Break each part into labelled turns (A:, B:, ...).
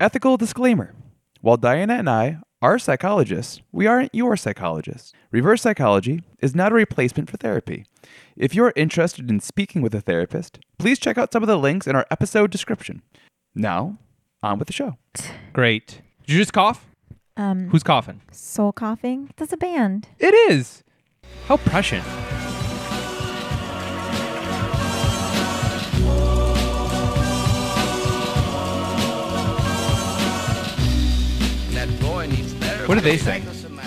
A: Ethical disclaimer While Diana and I are psychologists, we aren't your psychologists. Reverse psychology is not a replacement for therapy. If you're interested in speaking with a therapist, please check out some of the links in our episode description. Now, on with the show.
B: Great. Did you just cough?
C: Um,
B: Who's coughing?
C: soul coughing? That's a band.
B: It is. How prescient.
D: That boy needs therapy.
B: What do they sing?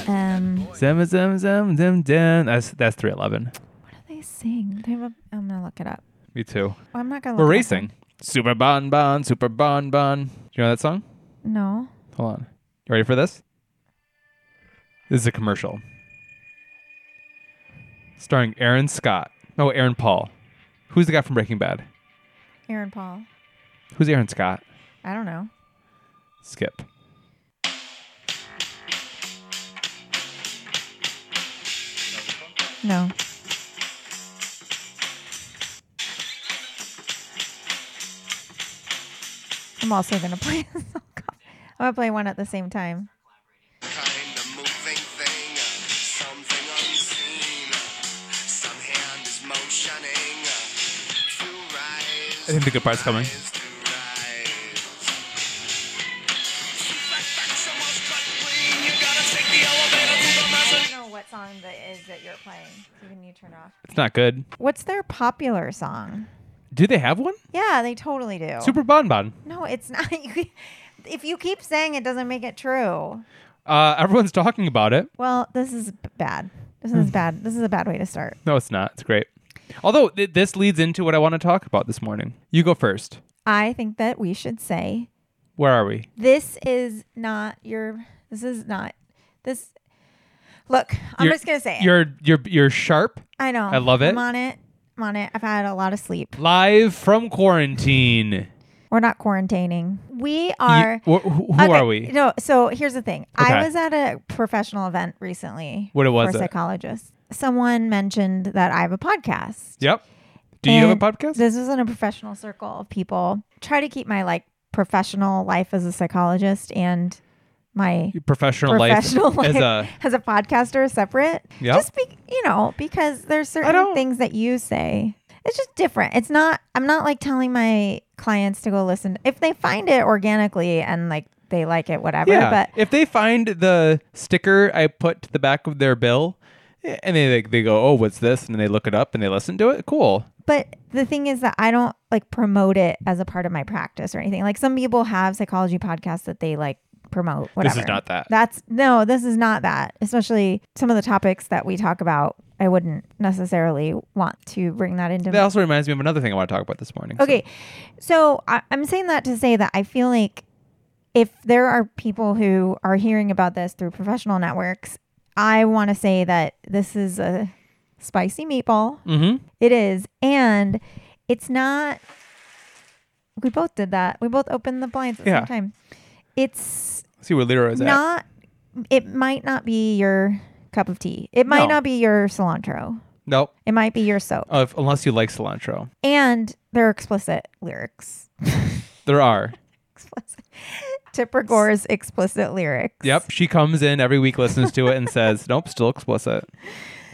C: Um,
B: Zem, zem, zem, zem, zem. That's that's 311.
C: what do they sing? They have a, I'm gonna look it up.
B: Me too.
C: Well, I'm not gonna.
B: We're
C: look it up.
B: racing. Super bon bon, super bon bon. Do you know that song?
C: No.
B: Hold on. You ready for this? This is a commercial. Starring Aaron Scott. No, Aaron Paul. Who's the guy from Breaking Bad?
C: Aaron Paul.
B: Who's Aaron Scott?
C: I don't know.
B: Skip.
C: No. I'm also gonna play a soul coughing. I'm gonna play one at the same time.
D: Kind of moving thing, uh, something unseen. uh, Some hand is motioning uh, to rise.
B: I think the good part's coming.
D: rise, to rise. Shoot back, back, someone's cut clean. You gotta take the elevator to the
C: I
D: mountain.
C: don't know what song that is that you're playing. So can you turn off?
B: It's not good.
C: What's their popular song?
B: Do they have one?
C: Yeah, they totally do.
B: Super bon bon.
C: No, it's not. You- if you keep saying it doesn't make it true.
B: Uh, everyone's talking about it.
C: Well, this is b- bad. This
B: Hmm.
C: is bad. This is a bad way to start.
B: No, it's not. It's great. Although th- this leads into what I want to talk about this morning. You go first.
C: I think that we should say
B: Where are we?
C: this is not your. This is not this. Look, I'm
B: You're-
C: just gonna say it.
B: You're you're you're sharp.
C: I know.
B: I love it.
C: I'm on it. I'm on it. I've had a lot of sleep.
B: Live from quarantine.
C: We're not quarantining. We are.
B: You- wh- who who
C: Okay,
B: are we?
C: No. So here's the thing.
B: Okay.
C: I was at a professional event recently.
B: What was
C: for
B: it?
C: psychologists. Someone mentioned that I have a podcast.
B: Yep. Do you have a
C: And
B: podcast?
C: This was in a professional circle of people. Try to keep my like professional life as a psychologist and my
B: professional,
C: professional
B: life, as
C: life
B: a
C: as a podcaster separate.
B: Yep.
C: Just be, you know, because there's certain
B: don't-
C: things that you say. It's just different. It's not. I'm not like telling my clients to go listen if they find it organically and like they like it, whatever.
B: yeah.
C: But
B: if they find the sticker I put to the back of their bill, eh, and they like, they go, oh, what's this? And then they look it up and they listen to it. Cool.
C: But the thing is that I don't like promote it as a part of my practice or anything. Like some people have psychology podcasts that they like promote. Whatever.
B: is not that.
C: That's no, this is not that. Especially some of the topics that we talk about, I wouldn't necessarily want to bring that into.
B: That also reminds me of another thing I want to talk about this morning. so-
C: okay, so I, I'm saying that to say that I feel like if there are people who are hearing about this through professional networks, I want to say that this is a spicy meatball.
B: Mhm.
C: It is. And it's not we both did that. We both opened the blinds at the
B: Yeah.
C: same time. It's
B: See where Leroy is at.
C: not it might not be your cup of tea. It might
B: No.
C: not be your cilantro.
B: Nope.
C: It might be your soap.
B: Uh, if- unless you like cilantro.
C: And there are explicit lyrics.
B: There are.
C: explicit. Tipper Gore's explicit lyrics.
B: Yep. She comes in every week, listens to it, and says, nope, still explicit.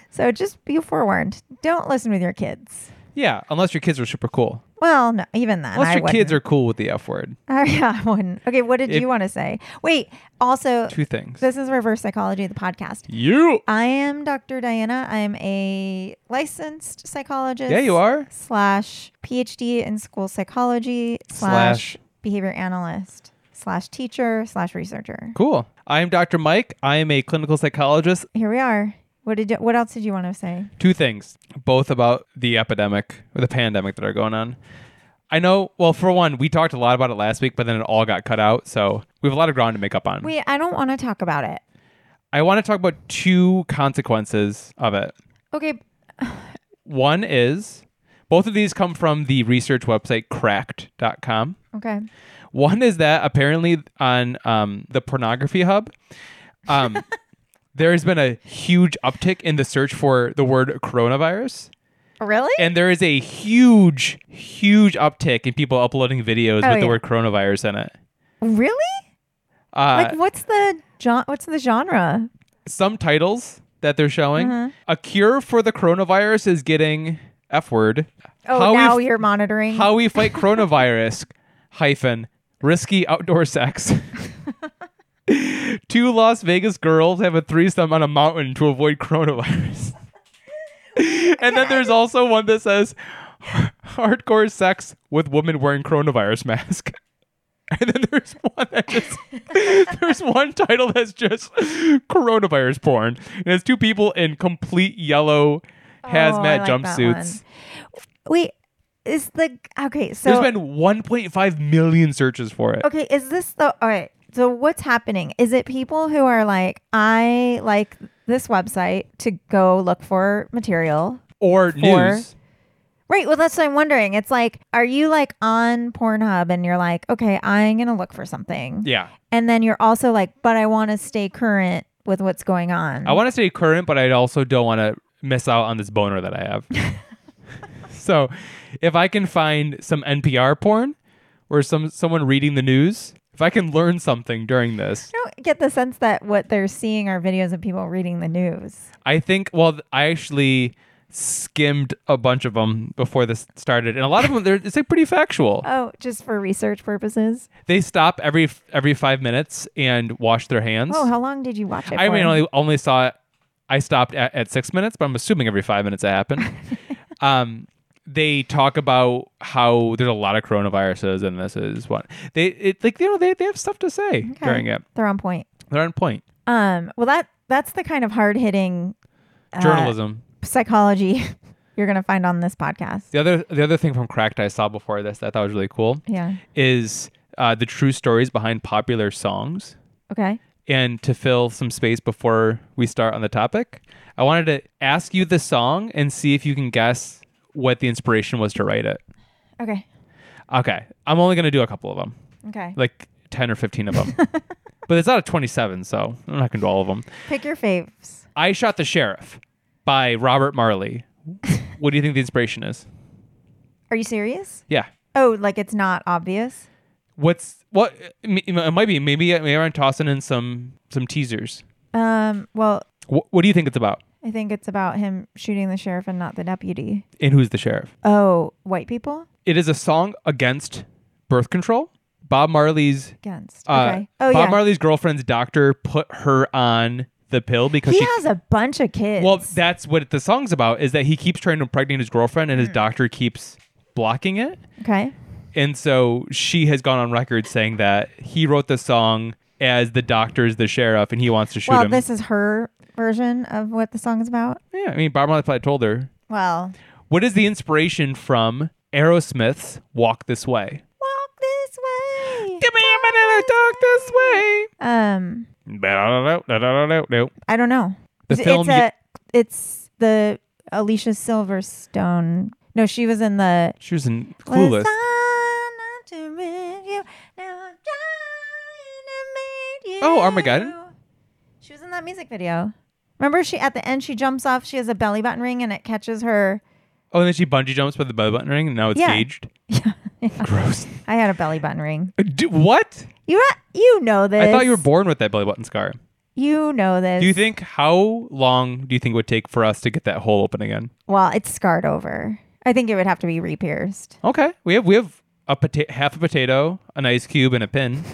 C: So just be forewarned. Don't listen with your kids.
B: Yeah. Unless your kids are super cool.
C: Well, no, even then.
B: Unless
C: I
B: your
C: wouldn't.
B: kids are cool with the F word.
C: yeah, I wouldn't. Okay, what did
B: If-
C: you want to say? Wait, also,
B: Two things.
C: This is Reverse Psychology, the podcast.
B: you.
C: I am Dr. Diana. I'm a licensed psychologist.
B: Yeah, you are.
C: Slash PhD in school psychology, slash,
B: Slash.
C: behavior analyst, slash teacher, slash researcher.
B: Cool. I am Dr. Mike. I am a clinical psychologist.
C: Here we are. What did you, what else did you want to say?
B: Two things, both about the epidemic or the pandemic that are going on. I know, well, for one, we talked a lot about it last week, but then it all got cut out. So we have a lot of ground to make up on.
C: Wait, I don't want to talk about it.
B: I want to talk about two consequences of it.
C: Okay.
B: One is both of these come from the research website cracked.com.
C: Okay.
B: One is that apparently on um, the pornography hub, um, there has been a huge uptick in the search for the word coronavirus.
C: Really?
B: And there is a huge, huge uptick in people uploading videos
C: Oh,
B: with the
C: yeah.
B: word coronavirus in it.
C: Really?
B: Uh,
C: like what's the gen- what's the genre?
B: some titles that they're showing.
C: Mm-hmm.
B: A cure for the coronavirus is getting F word.
C: Oh,
B: How we
C: now
B: f-
C: you're monitoring.
B: How we fight coronavirus hyphen risky outdoor sex. Two Las Vegas girls have a threesome on a mountain to avoid coronavirus. and then there's also one that says hardcore sex with woman wearing coronavirus mask. And then there's one that just there's one title that's just coronavirus porn. And it's two people in complete yellow hazmat
C: Oh, I like that
B: jumpsuits.
C: Wait, is the okay? So
B: There's been 1.5 million searches for it.
C: Okay, is this the all right? So what's happening? Is it people who are like, I like this website to go look for material?
B: Or
C: Four.
B: news.
C: Right. Well, that's what I'm wondering. It's like, are you like on Pornhub and you're like, okay, I'm gonna look for something,
B: Yeah.
C: and then you're also like, but I want to stay current with what's going on.
B: I want to stay current, but I also don't want to miss out on this boner that I have. so, if I can find some NPR porn or some someone reading the news, if I can learn something during this,
C: I don't get the sense that what they're seeing are videos of people reading the news.
B: I think. Well, th- I actually skimmed a bunch of them before this started, and a lot of them they're it's like pretty factual.
C: Oh, just for research purposes.
B: They stop every f- every five minutes and wash their hands.
C: Oh, how long did you watch it?
B: I
C: for?
B: mean, only only saw it. I stopped at, at six minutes, but I'm assuming every five minutes it happened. um, they talk about how there's a lot of coronaviruses, and this is what they it, like. You know, they, they have stuff to say
C: Okay.
B: during it.
C: They're on point.
B: They're on point.
C: Um, well, that that's the kind of hard hitting Uh,
B: Journalism.
C: psychology you're gonna find on this podcast.
B: The other the other thing from Cracked I saw before this that I thought was really cool
C: Yeah.
B: is uh, the true stories behind popular songs.
C: Okay.
B: and to fill some space before we start on the topic, I wanted to ask you the song and see if you can guess what the inspiration was to write it.
C: Okay.
B: Okay, I'm only going to do a couple of them,
C: Okay.
B: like 10 or 15 of them. but it's not a 27, so I'm not going to do all of them.
C: Pick your faves.
B: I Shot the Sheriff by Robert Marley. what do you think the inspiration is?
C: Are you serious?
B: Yeah.
C: Oh, like it's not obvious.
B: What's what? It might be. Maybe, maybe I'm tossing in some some teasers.
C: Um. Well,
B: What, what do you think it's about?
C: I think it's about him shooting the sheriff and not the deputy.
B: And who's the sheriff?
C: Oh, white people
B: it is a song against birth control. Bob Marley's
C: against.
B: uh,
C: okay. Oh
B: Bob
C: yeah.
B: Marley's girlfriend's doctor put her on the pill because
C: he
B: she
C: has a bunch of kids.
B: well that's what the song's about is that he keeps trying to impregnate his girlfriend and
C: Hmm.
B: his doctor keeps blocking it.
C: okay.
B: And so she has gone on record saying that he wrote the song as the doctor's the sheriff and he wants to shoot
C: Well,
B: him.
C: this is her version of what the song is about.
B: yeah, I mean Bob Marley probably told her.
C: Well,
B: What is the inspiration from Aerosmith's Walk This Way?
C: walk this way.
B: Give me a minute I talk this way.
C: Um.
B: Ba-da-da-da-da-da-da-da.
C: I don't know.
B: The
C: it's,
B: film
C: It's, a, it's the Alicia Silverstone. No, she was in the
B: She was in Clueless.
C: Was I not to miss you? Now I'm trying to meet you.
B: Oh, Armageddon?
C: She was in that music video. Remember, she at the end she jumps off. She has a belly button ring, and it catches her.
B: Oh, and then she bungee jumps with the belly button ring, and now it's
C: Yeah.
B: gauged.
C: Yeah,
B: Gross.
C: I had a belly button ring.
B: Uh, do- what?
C: You not, you know this.
B: I thought you were born with that belly button scar.
C: You know this.
B: Do you think how long do you think it would take for us to get that hole open again?
C: Well, it's scarred over. I think it would have to be re-pierced.
B: Okay, we have we have a pota- half a potato, an ice cube, and a pin.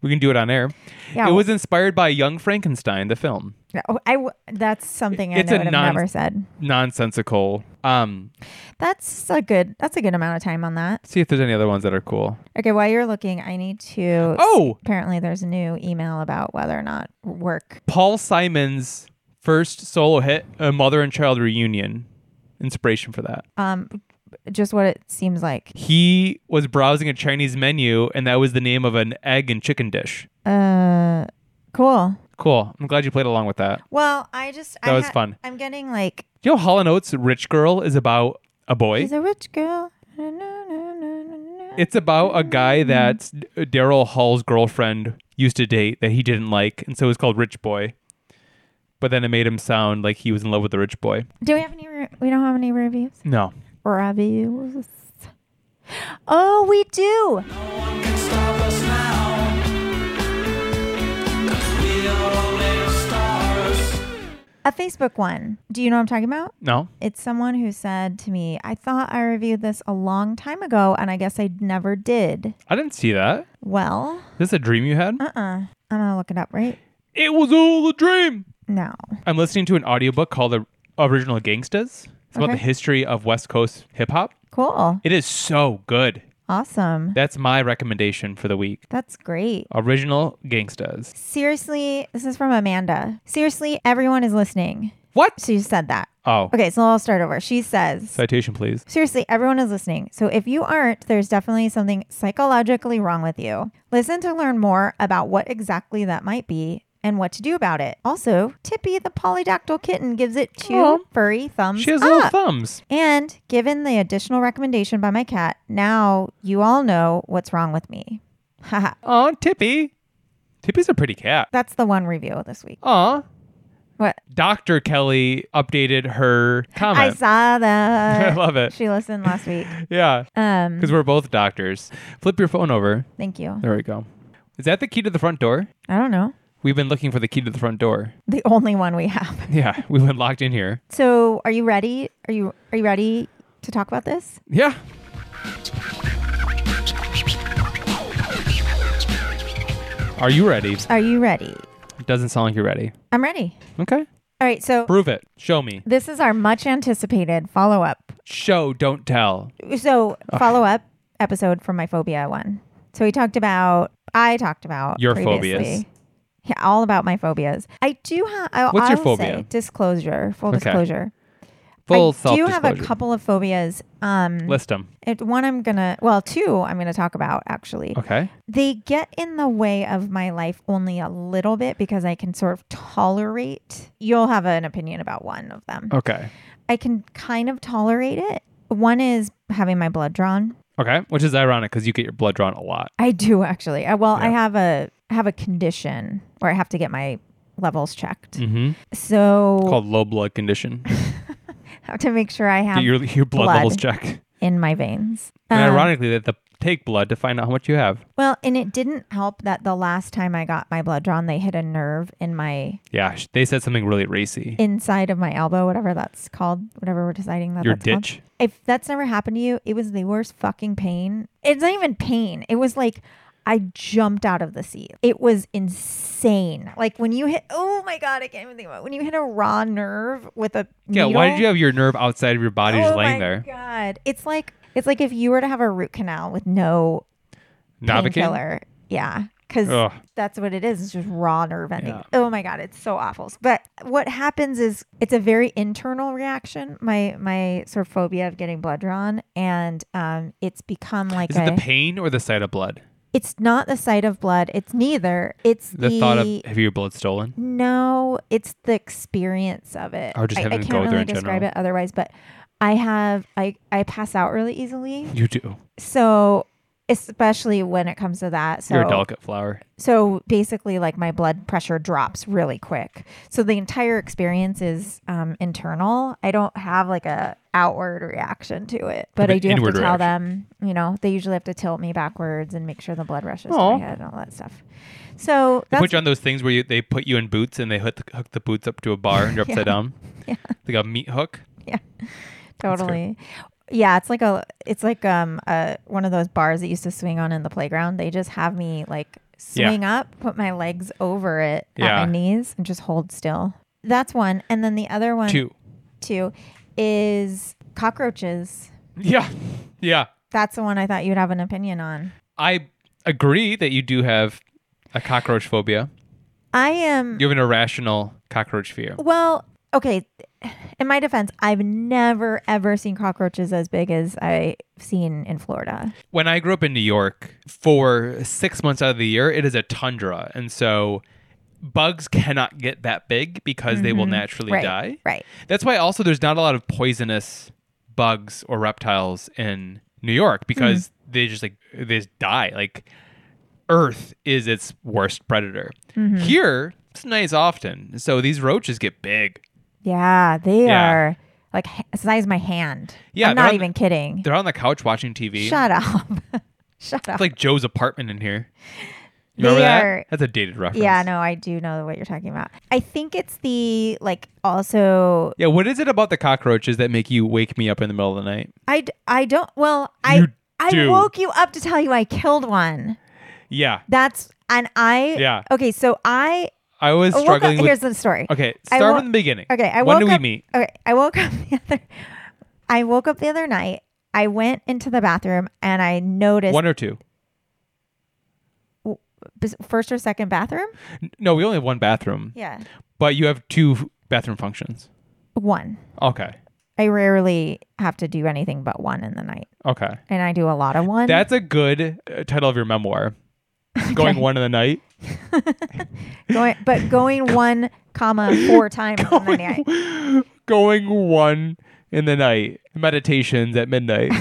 B: we can do it on air.
C: Yeah.
B: It was inspired by Young Frankenstein, the film.
C: No, I w- that's something I
B: It's
C: know
B: a
C: would have
B: non-
C: never said.
B: Nonsensical. Um,
C: That's a good. That's a good amount of time on that.
B: see if there's any other ones that are cool.
C: Okay, while you're looking, I need to.
B: Oh!
C: apparently there's a new email about whether or not work.
B: Paul Simon's first solo hit, a mother and child reunion. Inspiration for that.
C: Um, just what it seems like.
B: he was browsing a Chinese menu, and that was the name of an egg and chicken dish.
C: Uh, cool.
B: Cool. I'm glad you played along with that.
C: Well, I just
B: That
C: I
B: was fun.
C: I'm getting like
B: Do you know Hall & Oates' Rich Girl is about a boy?
C: he's a rich girl. Na, na, na, na, na, na.
B: It's about a guy that Daryl Hall's girlfriend used to date that he didn't like, and so it was called Rich Boy. But then it made him sound like he was in love with a rich boy.
C: Do we have any? Re- we don't have any reviews.
B: No.
C: Reviews. Oh, we do.
E: stop us now.
C: a Facebook one. Do you know what I'm talking about?
B: No.
C: It's someone who said to me, I thought I reviewed this a long time ago and I guess I never did.
B: I didn't see that.
C: Well,
B: Is this a dream you had?
C: uh uh-uh. uh. i am going to look it up, right?
B: It was all a dream.
C: No.
B: I'm listening to an audiobook called The Original Gangstas. It's about
C: Okay.
B: the history of West Coast hip hop.
C: Cool.
B: It is so good.
C: Awesome.
B: That's my recommendation for the week.
C: That's great.
B: Original Gangstas.
C: Seriously, this is from Amanda. Seriously, everyone is listening.
B: What?
C: She said that.
B: Oh,
C: Okay, so I'll start over. She says,
B: citation, please.
C: Seriously, everyone is listening. So if you aren't, there's definitely something psychologically wrong with you. Listen to learn more about what exactly that might be and what to do about it. Also, Tippy the polydactyl kitten gives it two
B: Aw.
C: furry thumbs
B: She has
C: up.
B: little thumbs.
C: and given the additional recommendation by my cat, now you all know what's wrong with me. Haha.
B: Aw, Tippy. Tippy's a pretty cat.
C: That's the one review this week.
B: Aw.
C: What?
B: Dr. Kelly updated her
C: I
B: comment.
C: saw
B: I
C: that.
B: love it.
C: She listened last week.
B: Yeah,
C: Um,
B: because we're both doctors. Flip your phone over.
C: thank you.
B: There we go. Is that the key to the front door?
C: I don't know.
B: We've been looking for the key to the front door.
C: The only one we have.
B: Yeah, we've been locked in here.
C: So, are you ready? Are you are you ready to talk about this?
B: Yeah. Are you ready?
C: Are you ready?
B: Doesn't sound like you're ready.
C: I'm ready.
B: Okay.
C: All right, so
B: Prove it. Show me.
C: this is our much anticipated follow up.
B: Show, don't tell.
C: So, follow up episode from my phobia one. So, we talked about I talked about
B: Your
C: previously.
B: phobias.
C: Yeah, all about my phobias. I do have I,
B: What's
C: I
B: your
C: will
B: phobia?
C: Say disclosure, full
B: Okay.
C: disclosure.
B: Full
C: I
B: self
C: do have a
B: disclosure.
C: couple of phobias. Um
B: List them.
C: it, one I'm going to well, two I'm going to talk about actually.
B: Okay.
C: they get in the way of my life only a little bit because I can sort of tolerate. You'll have an opinion about one of them.
B: Okay.
C: I can kind of tolerate it. One is having my blood drawn.
B: Okay. Which is ironic because you get your blood drawn a lot.
C: I do actually. I, well, I
B: Yeah.
C: have a I have a condition where I have to get my levels checked.
B: Mm-hmm.
C: So
B: Called low blood condition.
C: I have to make sure I have
B: Get your, your blood,
C: blood.
B: levels checked.
C: in my veins.
B: And
C: Um,
B: ironically, that the take blood to find out how much you have.
C: well, and it didn't help that the last time I got my blood drawn, they hit a nerve in my
B: Yeah, sh- they said something really racy.
C: inside of my elbow, whatever that's called, whatever we're deciding that
B: Your
C: that's called.
B: ditch?
C: If that's never happened to you, it was the worst fucking pain. It's not even pain. It was like I jumped out of the seat. It was insane. Like when you hit, oh my god, I can't even think about it. when you hit a raw nerve with a
B: Yeah, why did you have your nerve outside of your body just
C: oh
B: laying
C: my
B: there?
C: God, it's like it's like if you were to have a root canal with no
B: Novocaine?
C: painkiller. Yeah. Because
B: Ugh.
C: that's what it is. It's just raw nerve ending.
B: Yeah.
C: Oh my god, it's so awful. But what happens is it's a very internal reaction. My my sort of phobia of getting blood drawn, and um, it's become like
B: Is
C: a.
B: it the pain or the sight of blood?
C: it's not the sight of blood. It's neither. It's
B: The
C: the,
B: thought of have your blood stolen?
C: no, it's the experience of it.
B: Or just
C: I, I
B: having to
C: can't
B: go there
C: really
B: in
C: describe
B: general.
C: it otherwise, but I have I I pass out really easily.
B: You do.
C: So especially when it comes to that. So
B: You're a delicate flower.
C: so basically like my blood pressure drops really quick so the entire experience is um, internal i don't have like a outward reaction to it but
B: Like
C: i
B: an
C: do have to
B: inward
C: tell them you know they usually have to tilt me backwards and make sure the blood rushes
B: Aw.
C: to my head and all that stuff so
B: They
C: that's
B: put you on those things where you, they put you in boots and they hook the, hook the boots up to a bar and you're upside down.
C: Yeah.
B: Like a meat hook. good.
C: totally yeah it's like a it's like um uh one of those bars that used to swing on in the playground they just have me like
B: Yeah.
C: swing up put my legs over it
B: Yeah.
C: at my knees and just hold still that's one and then the other one
B: Two.
C: two is cockroaches
B: Yeah. Yeah.
C: that's the one i thought you'd have an opinion on
B: I agree that you do have a cockroach phobia.
C: i am
B: You have an irrational cockroach fear.
C: well okay in my defense i've never ever seen cockroaches as big as i've seen in florida
B: When I grew up in New York, for six months out of the year, it is a tundra. And so bugs cannot get that big because they will naturally
C: Mm-hmm. right
B: die.
C: right
B: That's why also there's not a lot of poisonous bugs or reptiles in New York because
C: Hmm.
B: they just like they just die. Like Earth is its worst predator.
C: Mm-hmm.
B: Here, it's nice often. So these roaches get big.
C: yeah they
B: Yeah.
C: are like ha- size of my hand
B: Yeah,
C: i'm
B: they're
C: not
B: on
C: even kidding
B: They're on the couch watching TV.
C: shut up shut up
B: It's like Joe's apartment in here. You remember
C: They
B: that?
C: are-
B: That's a dated reference.
C: Yeah, no, I do know what you're talking about. I think it's the like also
B: Yeah, what is it about the cockroaches that make you wake me up in the middle of the night?
C: I d- I don't well, I
B: You
C: I
B: do.
C: woke you up to tell you I killed one.
B: Yeah,
C: That's and I
B: Yeah.
C: Okay, so I
B: I was
C: I woke up,
B: struggling
C: here's
B: with.
C: the story.
B: Okay,
C: I
B: start
C: wo-
B: from the beginning.
C: Okay, I
B: when
C: woke
B: do
C: up,
B: we meet?
C: Okay, I woke up the other I woke up the other night. I went into the bathroom and I noticed
B: One or two?
C: bes- first or second bathroom?
B: N- No, we only have one bathroom,
C: Yeah.
B: but you have two f- bathroom functions.
C: One.
B: Okay,
C: I rarely have to do anything but one in the night.
B: okay,
C: And I do a lot of one.
B: that's a good uh, title of your memoir. Going one in the night.
C: going but going one comma four times in the night.
B: Going one in the night. Meditations at midnight.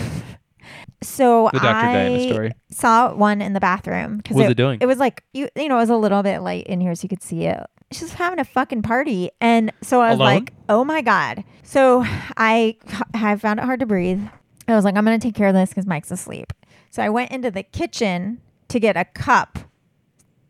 C: So
B: The Dr. Diana
C: I
B: story.
C: saw one in the bathroom because
B: What was it doing?
C: It was like you, you know, it was a little bit light in here, so you could see it. She's having a fucking party, and so I was
B: Alone?
C: like, "Oh my god!" So I, I found it hard to breathe. I was like, "I'm gonna take care of this because Mike's asleep." So I went into the kitchen to get a cup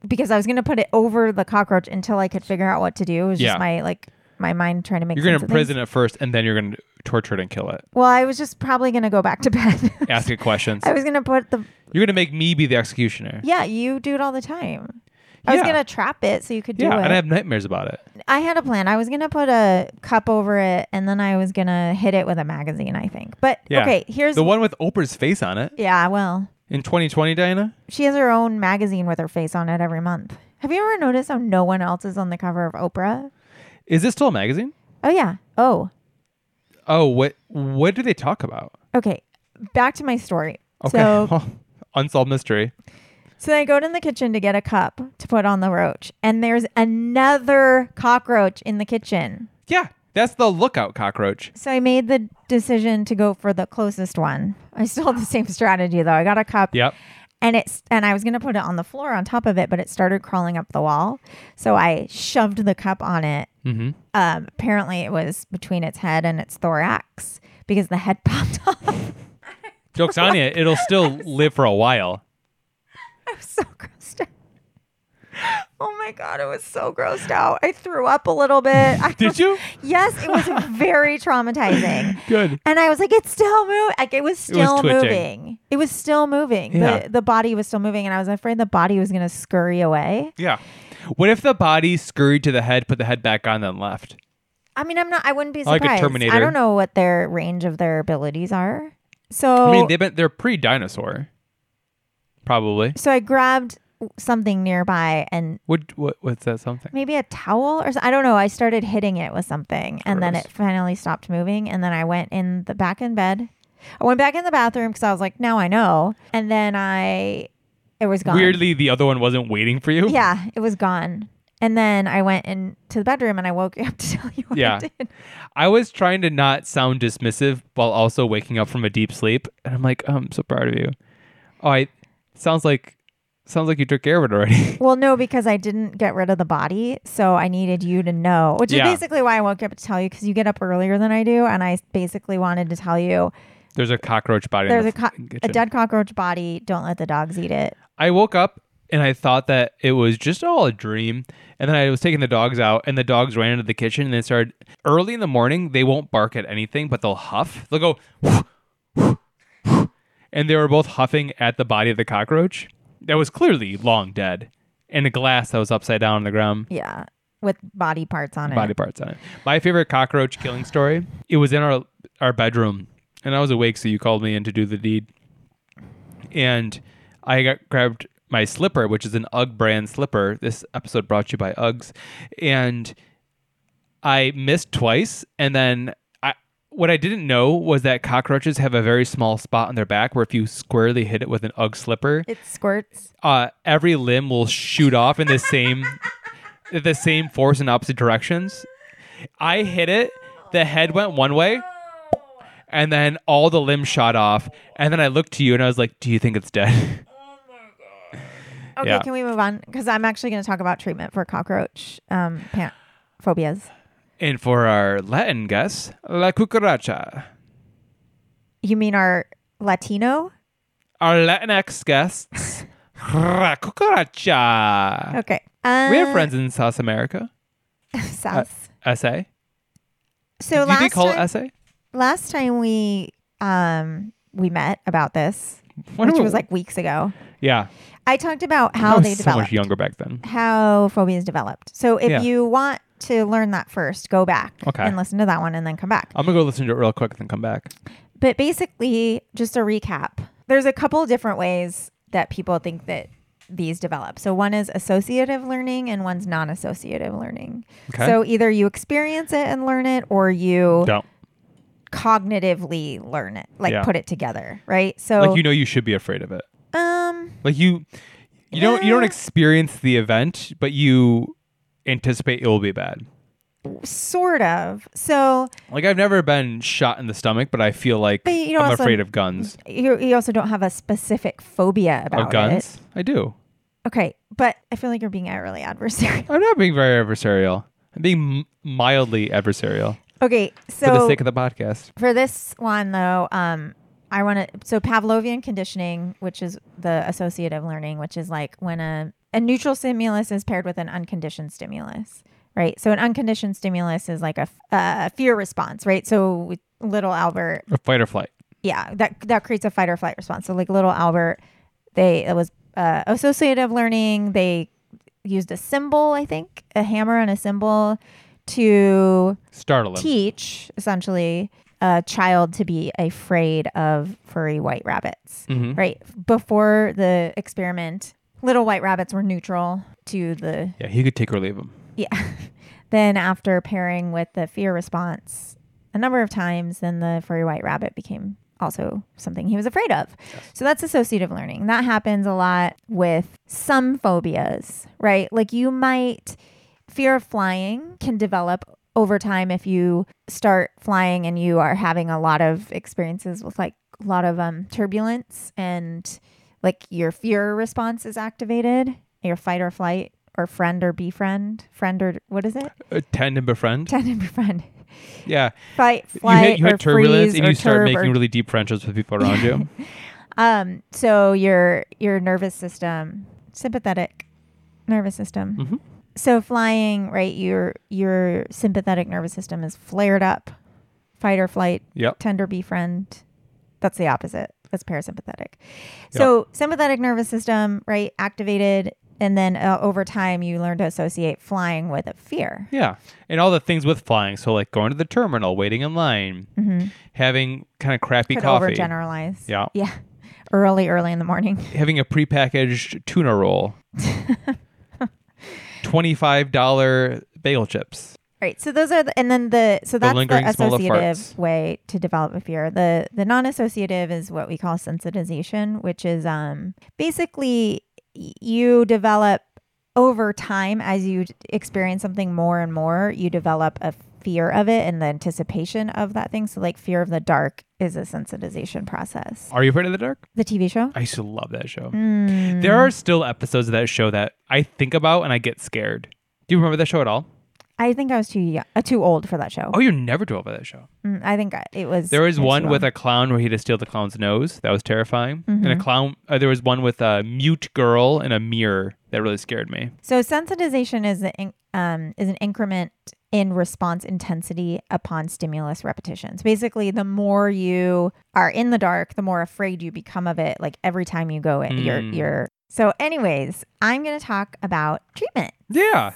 C: because I was gonna put it over the cockroach until I could figure out what to do. It was
B: Yeah.
C: just my like my mind trying to make.
B: You're going
C: sense
B: to
C: of things.
B: imprison it first, and then you're going to torture it and kill it.
C: Well, I was just probably gonna go back to bed.
B: Ask it questions.
C: I was gonna put the
B: You're going to make me be the executioner.
C: Yeah, you do it all the time. I was
B: Yeah.
C: gonna trap it so you could do
B: Yeah,
C: it.
B: and I have nightmares about it.
C: I had a plan. I was gonna put a cup over it, and then I was gonna hit it with a magazine. I think. But
B: Yeah.
C: okay, here's
B: the one with Oprah's face on it
C: Yeah, well,
B: in 2020, Diana.
C: she has her own magazine with her face on it every month. Have you ever noticed how no one else is on the cover of Oprah?
B: Is this still a magazine?
C: Oh yeah. Oh,
B: Oh, what what do they talk about?
C: okay. Back to my story.
B: Okay,
C: So
B: unsolved mystery.
C: So I go to the kitchen to get a cup to put on the roach, and there's another cockroach in the kitchen.
B: Yeah, that's the lookout cockroach.
C: So I made the decision to go for the closest one. I still had the same strategy though. I got a cup.
B: Yep.
C: And it's and I was gonna put it on the floor on top of it, but it started crawling up the wall. So I shoved the cup on it.
B: Mm-hmm.
C: Um, apparently, it was between its head and its thorax because the head popped off.
B: Jokes on you. It'll still live for a while.
C: I was so grossed out. Oh my god, it was so grossed out. I threw up a little bit. I
B: Did
C: was-
B: you?
C: Yes, it was very traumatizing.
B: Good.
C: And I was like, it's still moving. Like it was
B: It was
C: still
B: twitching.
C: moving. It was still moving.
B: Yeah.
C: The, the body was still moving, and I was afraid the body was going to scurry away.
B: Yeah. What if the body scurried to the head, put the head back on, then left?
C: I mean, I'm not. I wouldn't be
B: Like a
C: surprised. I
B: Terminator.
C: don't know what their range of their abilities are. So
B: I mean, they've been they're pre-dinosaur, probably.
C: so I grabbed something nearby and
B: What what what's that something?
C: maybe a towel or so- I don't know. I started hitting it with something, and then
B: Gross.
C: it finally stopped moving. And then I went in the back in bed. I went back in the bathroom because I was like, now I know. And then I, it was gone.
B: Weirdly, the other one wasn't waiting for you.
C: Yeah, it was gone. And then I went into the bedroom and I woke up to tell you what
B: Yeah.
C: I did.
B: I was trying to not sound dismissive while also waking up from a deep sleep, and I'm like, I'm so proud of you. Oh, I sounds like sounds like you took care of it already.
C: Well, no, because I didn't get rid of the body, so I needed you to know, which
B: Yeah.
C: is basically why I woke up to tell you because you get up earlier than I do, and I basically wanted to tell you
B: There's a cockroach body.
C: there's
B: in
C: a
B: the
C: co-
B: fucking
C: a
B: kitchen.
C: dead cockroach body. Don't let the dogs eat it.
B: I woke up and I thought that it was just all a dream, and then I was taking the dogs out, and the dogs ran into the kitchen and they started early in the morning. They won't bark at anything, but they'll huff. They'll go, and they were both huffing at the body of the cockroach that was clearly long dead, and a glass that was upside down on the ground.
C: Yeah, with body parts on
B: body
C: it.
B: parts on it. My favorite cockroach killing story. It was in our our bedroom, and I was awake, so you called me in to do the deed. And I got grabbed my slipper, which is an UGG brand slipper. This episode brought to you by UGGs, and I missed twice, and then I what I didn't know was that cockroaches have a very small spot on their back where if you squarely hit it with an UGG slipper,
C: It squirts.
B: uh, every limb will shoot off in the same the same force in opposite directions. I hit it, the head went one way, and then all the limbs shot off. And then I looked to you and I was like, "Do you think it's dead?"
C: Okay,
B: Yeah.
C: can we move on? Because I'm actually going to talk about treatment for cockroach um, pan- phobias.
B: And for our Latin guess, la cucaracha.
C: You mean our Latino?
B: Our Latinx guests, Cucaracha.
C: Okay. Uh,
B: We have friends Uh, in South America.
C: South.
B: SA.
C: So
B: Do they
C: last
B: call
C: time,
B: it SA?
C: last time we um we met about this,
B: When
C: which
B: were-
C: was like weeks ago.
B: yeah.
C: I talked about
B: I
C: how
B: was
C: they
B: so
C: developed,
B: much younger back then.
C: how phobias developed. So if
B: Yeah.
C: you want to learn that first, go back
B: Okay.
C: and listen to that one, and then come back.
B: I'm gonna go listen to it real quick and then come back.
C: But basically, just a recap. There's a couple different ways that people think that these develop. So one is associative learning and one's non-associative learning.
B: Okay.
C: So either you experience it and learn it or you
B: Don't.
C: cognitively learn it, like
B: Yeah.
C: put it together, right? So
B: Like you know you should be afraid of it.
C: um
B: Like you you don't you don't
C: Yeah.
B: experience the event, but you anticipate it will be bad.
C: sort of. So
B: Like I've never been shot in the stomach, but I feel like
C: But you don't
B: I'm
C: also-
B: afraid of guns.
C: you, you also don't have a specific phobia about
B: Of guns?
C: it.
B: I do.
C: Okay, but I feel like you're being really adversarial.
B: I'm not being very adversarial. I'm being m- mildly adversarial
C: Okay, so
B: for the sake of the podcast.
C: for this one though um i want to so pavlovian conditioning which is the associative learning which is like when a, a neutral stimulus is paired with an unconditioned stimulus right so an unconditioned stimulus is like a, f- a fear response right so with little albert
B: Fight or flight.
C: yeah that that creates a fight or flight response so like little albert they it was uh, associative learning they used a symbol i think a hammer and a symbol to
B: Startle him.
C: teach essentially a child to be afraid of furry white rabbits.
B: Mhm.
C: Right before the experiment, little white rabbits were neutral to the
B: Yeah, he could take or leave him.
C: yeah. then after pairing with the fear response a number of times, then the furry white rabbit became also something he was afraid of. So that's associative learning. That happens a lot with some phobias, right? Like you might fear of flying can develop over time if you start flying and you are having a lot of experiences with like a lot of um, turbulence and like your fear response is activated, your fight or flight or friend or befriend, friend or what is it?
B: Attend Uh, and befriend.
C: Tend and befriend.
B: Yeah.
C: Fight,
B: You
C: flight,
B: hit, you
C: or
B: hit turbulence
C: freeze
B: and
C: or
B: you start
C: turb
B: making
C: or-
B: really deep friendships with people around you.
C: um. So your your nervous system, sympathetic nervous system.
B: Mhm.
C: So flying, right? Your your sympathetic nervous system is flared up, fight or flight,
B: Yep.
C: tender befriend. That's the opposite. That's parasympathetic. So sympathetic nervous system, right, activated, and then uh, over time you learn to associate flying with a fear.
B: Yeah. And all the things with flying. So, like going to the terminal, waiting in line, having kind of crappy
C: Could
B: coffee,
C: overgeneralize.
B: Yeah.
C: Yeah. Early, early in the morning.
B: having a prepackaged tuna roll, $25 bagel chips.
C: Right. So those are, the, and then the so that's the,
B: lingering smell of
C: associative
B: farts.
C: way to develop a fear. The the non-associative is what we call sensitization, which is um basically y- you develop over time as you d- experience something more and more, you develop a fear of it and the anticipation of that thing. So like fear of the dark is a sensitization process.
B: Are you afraid of the dark?
C: The TV show.
B: I used to love that show.
C: Mm.
B: There are still episodes of that show that I think about and I get scared. Do you remember that show at all?
C: I think I was too young, uh, too old for that show.
B: Oh, you never drove by that show.
C: Mm, I think I, it was.
B: There was
C: it
B: one
C: too
B: with
C: long.
B: a clown where he had to steal the clown's nose. That was terrifying. And a clown. Uh, there was one with a mute girl and a mirror that really scared me.
C: So sensitization is the in, um, is an increment in response intensity upon stimulus repetitions. Basically, the more you are in the dark, the more afraid you become of it. Like every time you go, in, you're
B: Mm.
C: you're. So, anyways, I'm going to talk about treatment.
B: Yeah.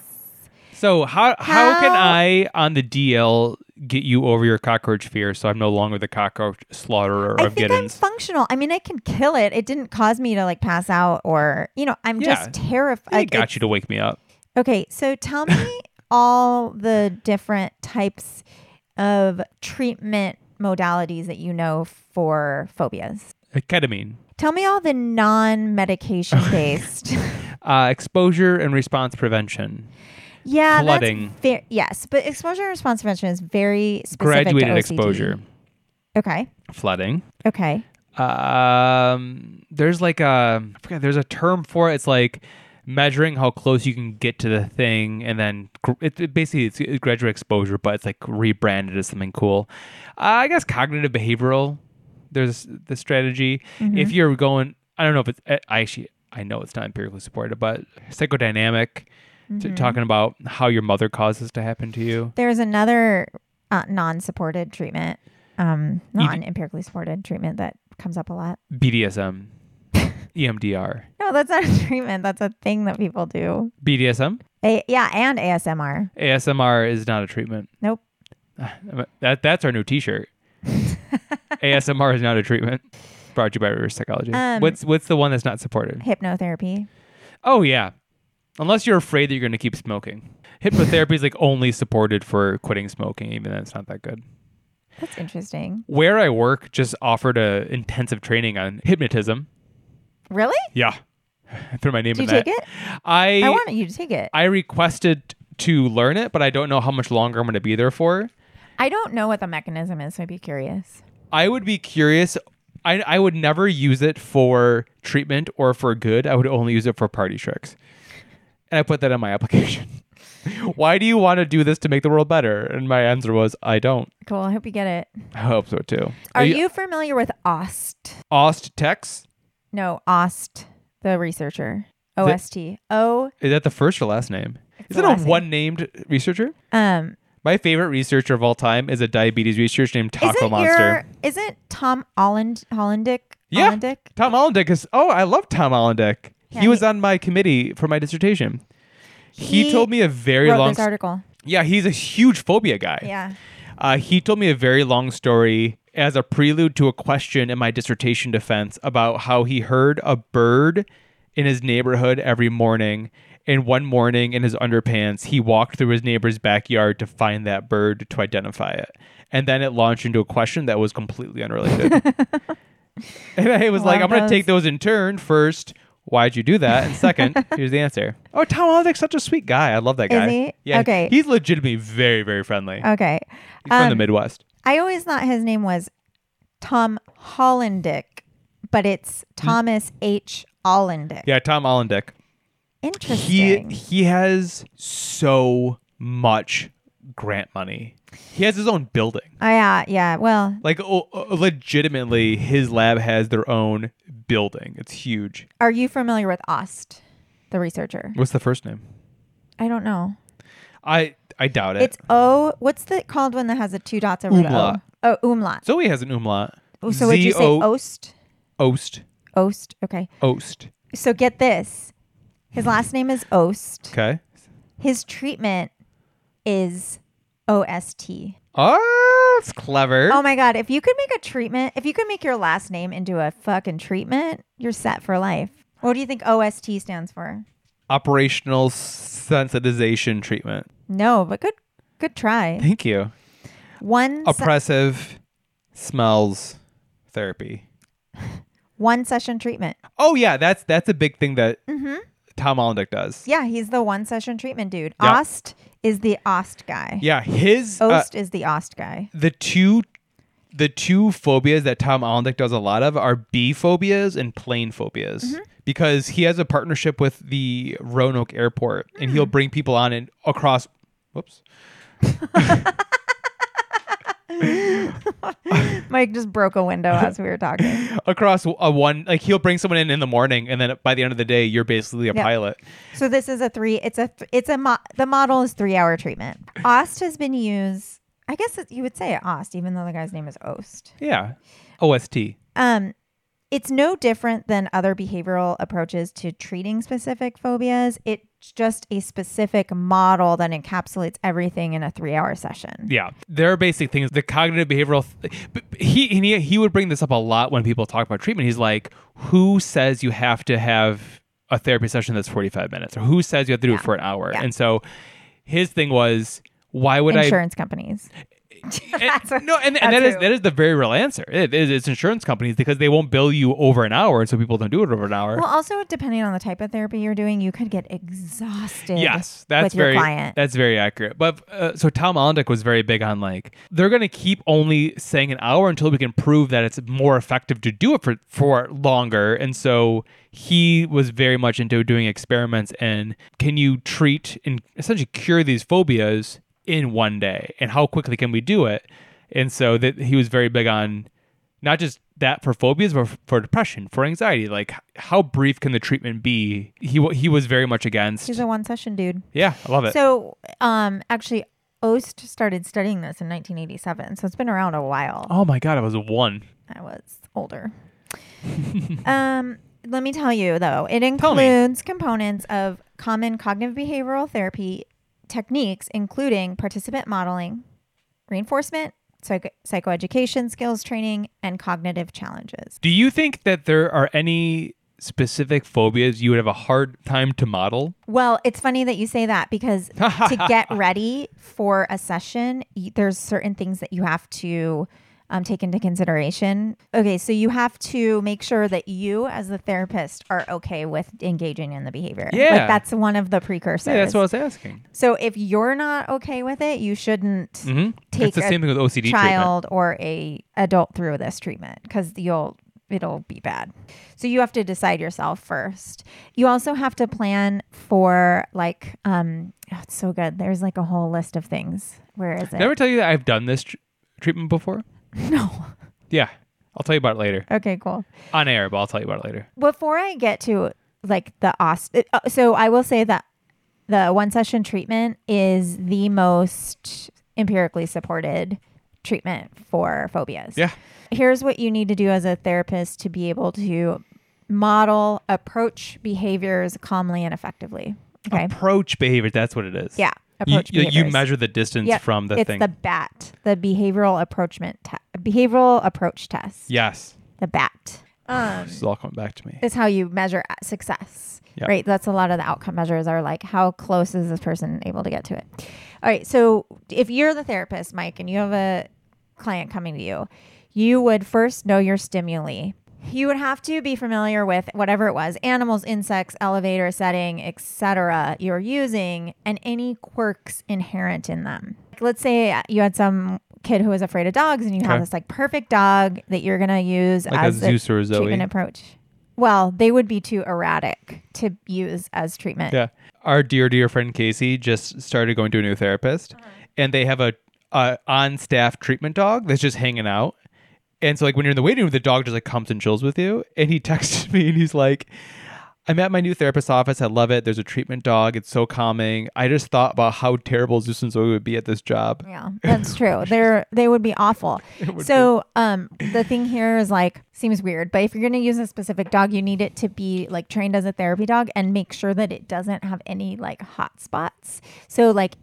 B: So how, how can
C: How-
B: I on the DL get you over your cockroach fear so I'm no longer the cockroach slaughterer
C: I
B: of
C: think I'm
B: Giddens?
C: functional. I mean, I can kill it. It didn't cause me to like pass out or you know, I'm
B: Yeah.
C: just terrified.
B: I got you to wake me up.
C: Okay, so tell me all the different types of treatment modalities that you know for phobias.
B: Uh, Ketamine.
C: Tell me all the non medication based.
B: Uh, exposure and response prevention.
C: yeah,
B: Flooding.
C: That's ve- yes, but exposure and response prevention is very specific. to
B: Graduated
C: OCD.
B: exposure.
C: Okay.
B: Flooding.
C: Okay.
B: um there's like a I forget there's a term for it it's like measuring how close you can get to the thing and then gr- it, it basically it's it's gradual exposure but it's like rebranded as something cool uh, i guess cognitive behavioral there's the strategy if you're going i don't know if it's i I actually I know it's not empirically supported, but psychodynamic, t- talking about how your mother caused this to happen to you.
C: There's another uh, non-supported treatment, um, non-empirically supported treatment that comes up a lot.
B: BDSM, E EMDR,
C: No, that's not a treatment. That's a thing that people do.
B: BDSM,
C: A- yeah, and ASMR.
B: ASMR is not a treatment.
C: Nope.
B: That that's our new T-shirt. ASMR is not a treatment. Brought to you by Reverse Psychology.
C: Um,
B: what's what's the one that's not supported?
C: Hypnotherapy.
B: Oh yeah, unless you're afraid that you're going to keep smoking. Hypnotherapy is like only supported for quitting smoking. Even then, it's not that good.
C: That's interesting.
B: Where I work just offered a intensive training on hypnotism.
C: Really?
B: Yeah, I threw my name
C: Did
B: in
C: you
B: that.
C: take it?
B: I
C: I wanted you to take it.
B: I requested to learn it, but I don't know how much longer I'm going to be there for.
C: I don't know what the mechanism is, so I'd be curious.
B: I would be curious. I, I would never use it for treatment or for good. I would only use it for party tricks. And I put that in my application. Why do you want to do this to make the world better? And my answer was, I don't.
C: Cool. I hope you get it.
B: I hope so too.
C: Are, you, familiar with Ost?
B: Ost Tex?
C: No, Ost, the researcher. OST. O.
B: Is that the first or last name? Is
C: the
B: it a
C: last name.
B: one named researcher?
C: Um,
B: My favorite researcher of all time is a diabetes researcher named Taco
C: isn't
B: Monster.
C: your isn't Tom Holland Hollandic?
B: Yeah.
C: Hollandic?
B: Tom Hollandick is. Oh, I love Tom Hollandick.
C: Yeah,
B: he was
C: he-
B: on my committee for my dissertation. He,
C: He
B: told me a very
C: Wrote
B: long.
C: this article.
B: yeah, he's a huge phobia guy.
C: Yeah.
B: Uh, he told me a very long story as a prelude to a question in my dissertation defense about how he heard a bird in his neighborhood every morning. And one morning in his underpants, he walked through his neighbor's backyard to find that bird to identify it. And then it launched into a question that was completely unrelated. and I was like,
C: Love
B: I'm going to
C: those.
B: take those in turn. First, why'd you do that? And second, here's the answer. Oh, Tom Holland's such a sweet guy. I love that
C: Is
B: guy.
C: he?
B: Yeah.
C: Okay.
B: He's legitimately very, very friendly.
C: Okay.
B: He's from the
C: Um,
B: Midwest.
C: I always thought his name was Tom Hollandic, but it's Thomas H. Hollandic.
B: Yeah, Tom Hollandick. He
C: Interesting.
B: he has so much grant money. He has his own building.
C: Oh, yeah, yeah. Well,
B: Like o- o- legitimately, his lab has their own building. It's huge.
C: are you familiar with Ost, the researcher?
B: What's the first name?
C: I don't know.
B: I I doubt it.
C: It's O. What's the called one that has the two dots over
B: Uh, Umlaut.
C: the O? Oh, umlaut. Oh,
B: Zoe has an umlaut.
C: So, would you say
B: Z-O-
C: Ost?
B: Ost?
C: Ost. Okay.
B: Ost.
C: So get this. His last name is Ost.
B: Okay.
C: His treatment is OST.
B: Oh, it's clever.
C: Oh my god, if you could make a treatment, if you could make your last name into a fucking treatment, you're set for life. What do you think OST stands for?
B: Operational sensitization treatment.
C: No, but good good try.
B: Thank you.
C: One se-
B: Oppressive smells therapy.
C: one session treatment.
B: Oh yeah, that's that's a big thing that Tom Hollandick does.
C: Yeah, he's the one session treatment dude.
B: Yeah.
C: Ost is the Ost guy.
B: Yeah, his uh,
C: Ost is the Ost guy.
B: the two the two phobias that Tom Hollandick does a lot of are bee phobias and plane phobias because he has a partnership with the Roanoke Airport and he'll bring people on and across. Whoops.
C: Mike just broke a window as we were talking.
B: Across a one, like he'll bring someone in in the morning, and then by the end of the day, you're basically a
C: Yeah.
B: pilot.
C: So this is a three. It's a th- it's a mo- the model is three hour treatment. Ost has been used. I guess it, you would say Ost, even though the guy's name is Ost.
B: Yeah, OST.
C: Um, it's no different than other behavioral approaches to treating specific phobias. It's just a specific model that encapsulates everything in a three hour session.
B: Yeah, there are basic things. The cognitive behavioral. Th- but he and he he would bring this up a lot when people talk about treatment. He's like, "Who says you have to have a therapy session that's forty five minutes, or who says you have to do it for an hour?"
C: Yeah.
B: And so, his thing was, "Why would I?"
C: Insurance companies.
B: and- no, and, and
C: that's
B: that is
C: who.
B: that is the very real answer. It is it's insurance companies because they won't bill you over an hour, and so people don't do it over an hour.
C: Well, also depending on the type of therapy you're doing, you could get exhausted.
B: Yes, that's
C: with
B: very
C: your client.
B: that's very accurate. But uh, so Tom Ondick was very big on like they're going to keep only saying an hour until we can prove that it's more effective to do it for for longer. And so he was very much into doing experiments and can you treat and essentially cure these phobias in one day and how quickly can we do it? And so that he was very big on not just that for phobias or for depression, for anxiety. Like, h- how brief can the treatment be? He wa- he was very much against.
C: He's a one session dude.
B: yeah, I love it.
C: So, um, actually, Ost started studying this in 1987, so it's been around a while.
B: oh my god, I was one.
C: I was older. um, let me tell you though, it
B: me.
C: includes components of common cognitive behavioral therapy techniques, including participant modeling, reinforcement, psych- psychoeducation skills training, and cognitive challenges.
B: Do you think that there are any specific phobias you would have a hard time to model?
C: Well, it's funny that you say that because to get ready for a session, y- there's certain things that you have to um, take into consideration. Okay, so you have to make sure that you, as the therapist, are okay with engaging in the behavior.
B: Yeah.
C: like that's one of the precursors.
B: Yeah, that's what I was asking.
C: so if you're not okay with it, you shouldn't
B: hmm
C: take
B: It's the
C: a
B: same thing with OCD treatment.
C: child or a adult through this treatment because you'll it'll be bad so you have to decide yourself first you also have to plan for like um oh, it's so good there's like a whole list of things where is it
B: Never tell you that I've done this tr- treatment before.
C: no
B: Yeah, I'll tell you about it later
C: okay cool
B: on air, but I'll tell you about it later.
C: before I get to like the Aust, uh, so I will say that the one session treatment is the most empirically supported treatment for phobias.
B: Yeah.
C: Here's what you need to do as a therapist to be able to model, approach behaviors calmly and effectively. Okay.
B: Approach behavior. That's what it is.
C: yeah.
B: You,
C: Approach
B: you, you
C: behaviors.
B: measure the distance
C: Yep,
B: from the
C: it's
B: thing.
C: the BAT, the behavioral approachment te- behavioral approach test.
B: yes.
C: The BAT. Um,
B: This is all coming back to me.
C: is how you measure a- success,
B: Yeah.
C: right? That's a lot of the outcome measures are like how close is this person able to get to it. All right, so if you're the therapist, Mike, and you have a client coming to you, you would first know your stimuli. You would have to be familiar with whatever it was, animals, insects, elevator setting, etc. you're using and any quirks inherent in them. Like, let's say you had some kid who was afraid of dogs and you have
B: Okay.
C: this like perfect dog that you're going to use
B: Like a
C: as the
B: Zeus or a Zoe.
C: treatment approach. Well, they would be too erratic to use as treatment.
B: Yeah. Our dear, dear friend Casey just started going to a new therapist,
C: Uh-huh.
B: and they have a, a on staff treatment dog that's just hanging out. And so, like, when you're in the waiting room, the dog just like comes and chills with you. And he texted me and he's like, I'm at my new therapist's office. I love it. There's a treatment dog. It's so calming. I just thought about how terrible Zeus and Zoe would be at this job.
C: Yeah, that's true. They're they would be awful. So, um, the thing here is like seems weird, but if you're going to use a specific dog, you need it to be like trained as a therapy dog and make sure that it doesn't have any like hot spots. So, like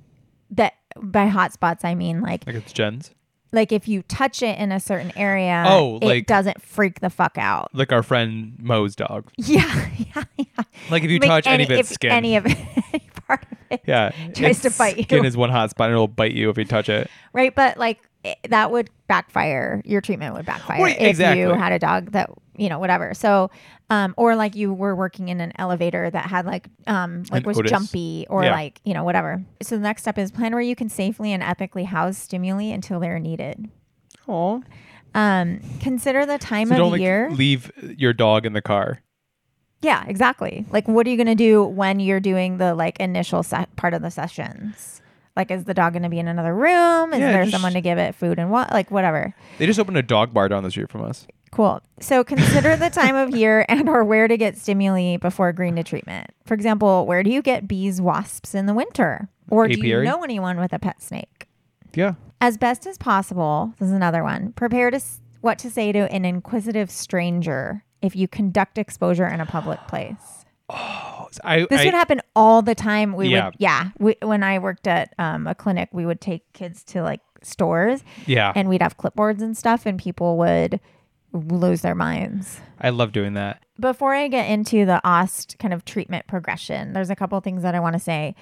C: that by hot spots, I mean like
B: Like, it's Jen's.
C: like if you touch it in a certain area,
B: Oh,
C: it
B: like-
C: doesn't freak the fuck out.
B: Like our friend Mo's dog.
C: Yeah, yeah, yeah.
B: Like, if you
C: Like,
B: touch any, of its
C: if
B: skin.
C: any of it, any part of it.
B: yeah.
C: tries
B: its
C: to bite you.
B: Skin is one hot spot and it'll bite you if you touch it.
C: right? But like it, that would backfire. Your treatment would backfire
B: Right,
C: if
B: exactly.
C: you had a dog that you know whatever. So, um, or like you were working in an elevator that had like um like
B: An
C: was
B: Otis.
C: jumpy or
B: Yeah.
C: like you know whatever. So the next step is plan where you can safely and ethically house stimuli until they're needed.
B: Aww.
C: Um, consider the time
B: So
C: of
B: don't like,
C: year.
B: leave your dog in the car.
C: yeah, exactly. Like, what are you gonna do when you're doing the like initial se- part of the sessions? Like, is the dog gonna be in another room? Is
B: Yeah,
C: there
B: just-
C: someone to give it food and what? Like, whatever.
B: They just opened a dog bar down the street from us.
C: Cool. So consider the time of year and or where to get stimuli before agreeing to treatment. For example, where do you get bees, wasps in the winter? Or do you
B: Apiary?
C: know anyone with a pet snake?
B: Yeah.
C: As best as possible, this is another one. Prepare to s- what to say to an inquisitive stranger if you conduct exposure in a public place.
B: I,
C: This
B: I-
C: would happen all the time. We
B: Yeah.
C: would, yeah. We, when I worked at um, a clinic, we would take kids to like stores
B: yeah.
C: and we'd have clipboards and stuff, and people would lose their minds.
B: I love doing that.
C: before I get into the OST kind of treatment progression, there's a couple things that I want to say.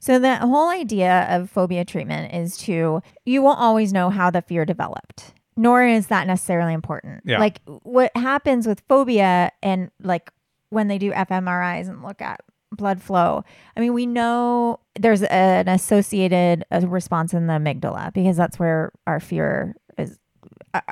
C: So, the whole idea of phobia treatment is to, you won't always know how the fear developed, nor is that necessarily important.
B: Yeah.
C: Like, what happens with phobia and like when they do fMRIs and look at blood flow, I mean, we know there's an associated uh, response in the amygdala because that's where our fear is.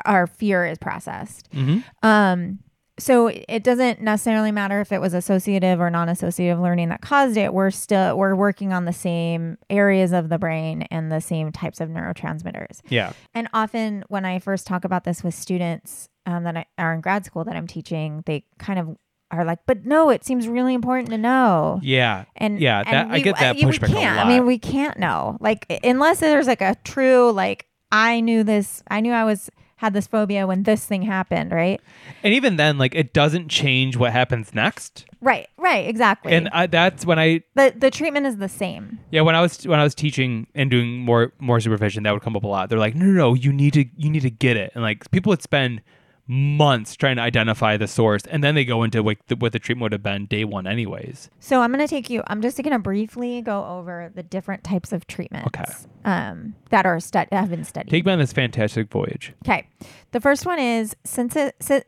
C: Our fear is processed.
B: Mhm.
C: Um, so it doesn't necessarily matter if it was associative or non-associative learning that caused it. We're still we're working on the same areas of the brain and the same types of neurotransmitters.
B: Yeah.
C: And often when I first talk about this with students, um, that I, are in grad school that I'm teaching, they kind of are like, but no, it seems really important to know.
B: Yeah.
C: And
B: yeah,
C: and
B: that, I
C: we-
B: get that
C: yeah, we
B: pushback
C: can't.
B: a lot.
C: I mean, we can't know. Like i- unless there's like a true like I knew this. I knew I was had this phobia when this thing happened. Right.
B: and even then, like it doesn't change what happens next.
C: Right. Right. Exactly.
B: And I, that's when I
C: the the treatment is the same.
B: Yeah, when I was when I was teaching and doing more more supervision, that would come up a lot. They're like, no, no, no, you need to you need to get it, and like people would spend months trying to identify the source, and then they go into like the, what the treatment would have been day one, anyways.
C: So I'm going to take you. I'm just going to briefly go over the different types of treatments.
B: Okay.
C: Um, that are stu- have been studied.
B: Take me on this fantastic voyage.
C: Okay. The first one is sensi- sy-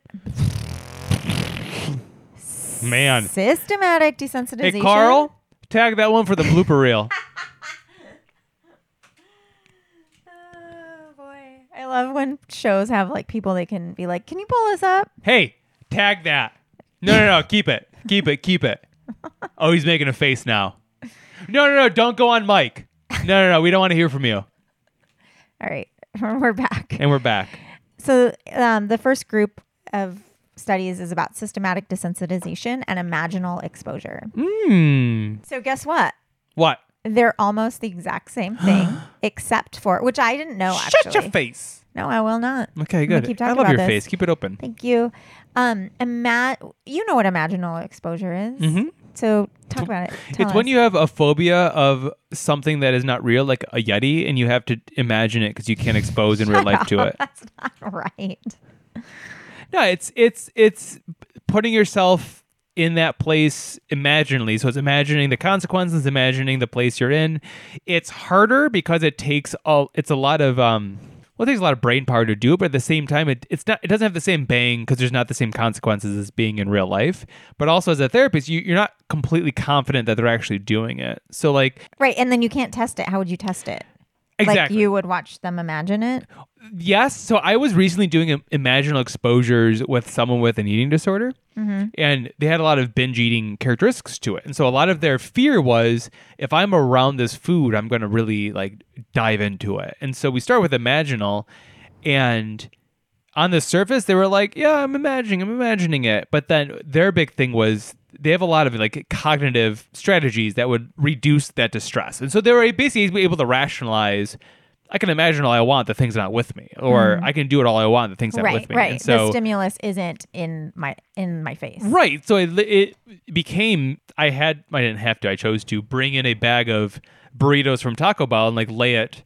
B: Man,
C: systematic desensitization.
B: hey Carl, tag that one for the blooper reel.
C: Oh, boy. I love when shows have like people they can be like, "Can you pull this up?"
B: Hey, tag that. No, no, no, keep it, keep it, keep it. Oh, he's making a face now. No, no, no, don't go on mic. No, no, no, we don't want to hear from you.
C: All right, we're back.
B: And we're back.
C: So um, the first group of studies is about systematic desensitization and imaginal exposure.
B: Hmm.
C: So guess what?
B: What?
C: They're almost the exact same thing, except for which I didn't know. Oh, Actually,
B: Shut your face.
C: No, I will not.
B: Okay,
C: I'm gonna
B: good.
C: keep
B: I
C: talking
B: love your
C: about this.
B: face. Keep it open.
C: Thank you. Um, ima- you know what imaginal exposure is.
B: Mhm.
C: So talk about it. Tell
B: it's when
C: us.
B: you have a phobia of something that is not real, like a yeti, and you have to imagine it because you can't expose in real life to it.
C: That's not right.
B: No, it's it's it's putting yourself in that place imaginally. So it's imagining the consequences, imagining the place you're in. It's harder because it takes all. It's a lot of um. Well, it takes a lot of brain power to do, it, but at the same time, it, it's not. It doesn't have the same bang because there's not the same consequences as being in real life. But also as a therapist, you, you're not completely confident that they're actually doing it. So like
C: Right, and then you can't test it. How would you test it? Like
B: exactly,
C: you would watch them imagine it.
B: yes. So I was recently doing im- imaginal exposures with someone with an eating disorder, and they had a lot of binge eating characteristics to it. And so a lot of their fear was, if I'm around this food, I'm going to really like dive into it. And so we start with imaginal, and on the surface they were like, yeah, I'm imagining, I'm imagining it. But then their big thing was. They have a lot of like cognitive strategies that would reduce that distress, and so they were basically able to rationalize. I can imagine all I want, the thing's not with me, or I can do it all I want, the thing's not
C: Mm-hmm. Right,
B: with me.
C: right.
B: And so,
C: the stimulus isn't in my in my face.
B: Right. So it, it became I had I didn't have to. I chose to bring in a bag of burritos from Taco Bell and like lay it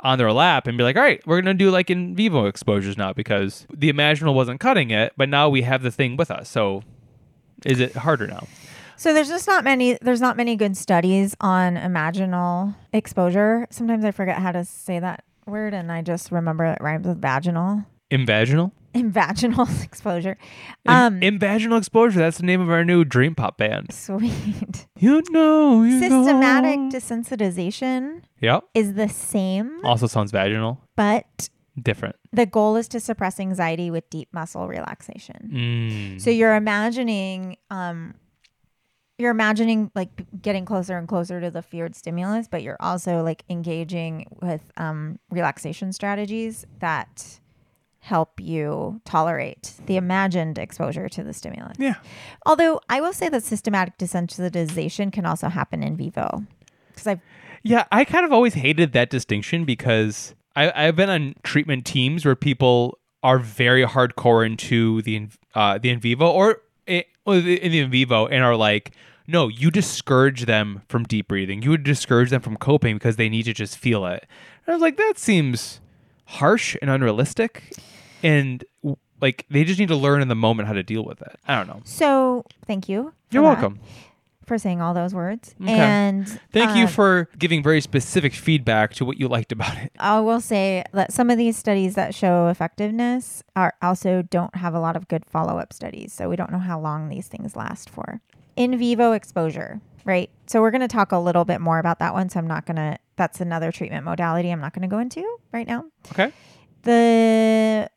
B: on their lap and be like, all right, we're gonna do like in vivo exposures now because the imaginal wasn't cutting it, but now we have the thing with us. So is it harder now?
C: So there's just not many there's not many good studies on imaginal exposure. Sometimes I forget how to say that word and I just remember it rhymes with vaginal.
B: Invaginal?
C: Invaginal exposure.
B: In-
C: Um
B: invaginal exposure. That's the name of our new dream pop band.
C: sweet.
B: You know, you
C: Systematic
B: Know.
C: desensitization
B: Yep.
C: is the same,
B: Also sounds vaginal.
C: but
B: Different.
C: the goal is to suppress anxiety with deep muscle relaxation.
B: Mm.
C: So you're imagining, um, you're imagining like p- getting closer and closer to the feared stimulus, but you're also like engaging with um, relaxation strategies that help you tolerate the imagined exposure to the stimulus.
B: Yeah.
C: Although I will say that systematic desensitization can also happen in vivo. Because I've
B: Yeah, I kind of always hated that distinction because I, I've been on treatment teams where people are very hardcore into the in- uh, the in vivo or i- or the- in the in vivo and are like, no, you discourage them from deep breathing. You would discourage them from coping because they need to just feel it. And I was like, that seems harsh and unrealistic, and w- like they just need to learn in the moment how to deal with it. I don't know.
C: so thank you. for
B: You're
C: that,
B: welcome.
C: for saying all those words.
B: Okay.
C: And
B: Thank you
C: um,
B: for giving very specific feedback to what you liked about it.
C: I will say that some of these studies that show effectiveness are also don't have a lot of good follow up studies. So we don't know how long these things last for. In vivo exposure, right? So we're going to talk a little bit more about that one. So I'm not going to, that's another treatment modality I'm not going to go into right now.
B: Okay.
C: The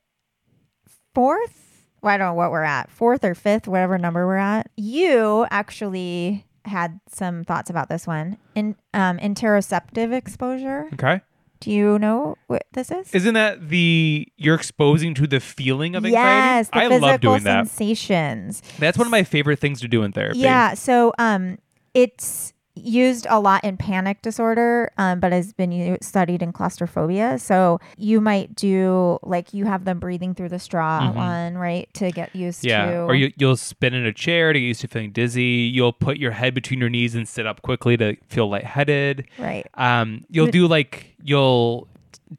C: fourth, well, I don't know what we're at, fourth or fifth, whatever number we're at, you actually had some thoughts about this one. In um, interoceptive exposure
B: Okay.
C: Do you know what this is?
B: Isn't that the you're exposing to the feeling of
C: yes,
B: anxiety?
C: the
B: I
C: physical
B: love doing that.
C: sensations.
B: That's one of my favorite things to do in therapy.
C: Yeah. So um, it's used a lot in panic disorder, um, but has been u- studied in claustrophobia. So you might do like you have them breathing through the straw one, right, to get used
B: Mm-hmm. Yeah.
C: to.
B: Or you, you'll spin in a chair to get used to feeling dizzy. You'll put your head between your knees and sit up quickly to feel lightheaded.
C: right.
B: Um, you'll do like you'll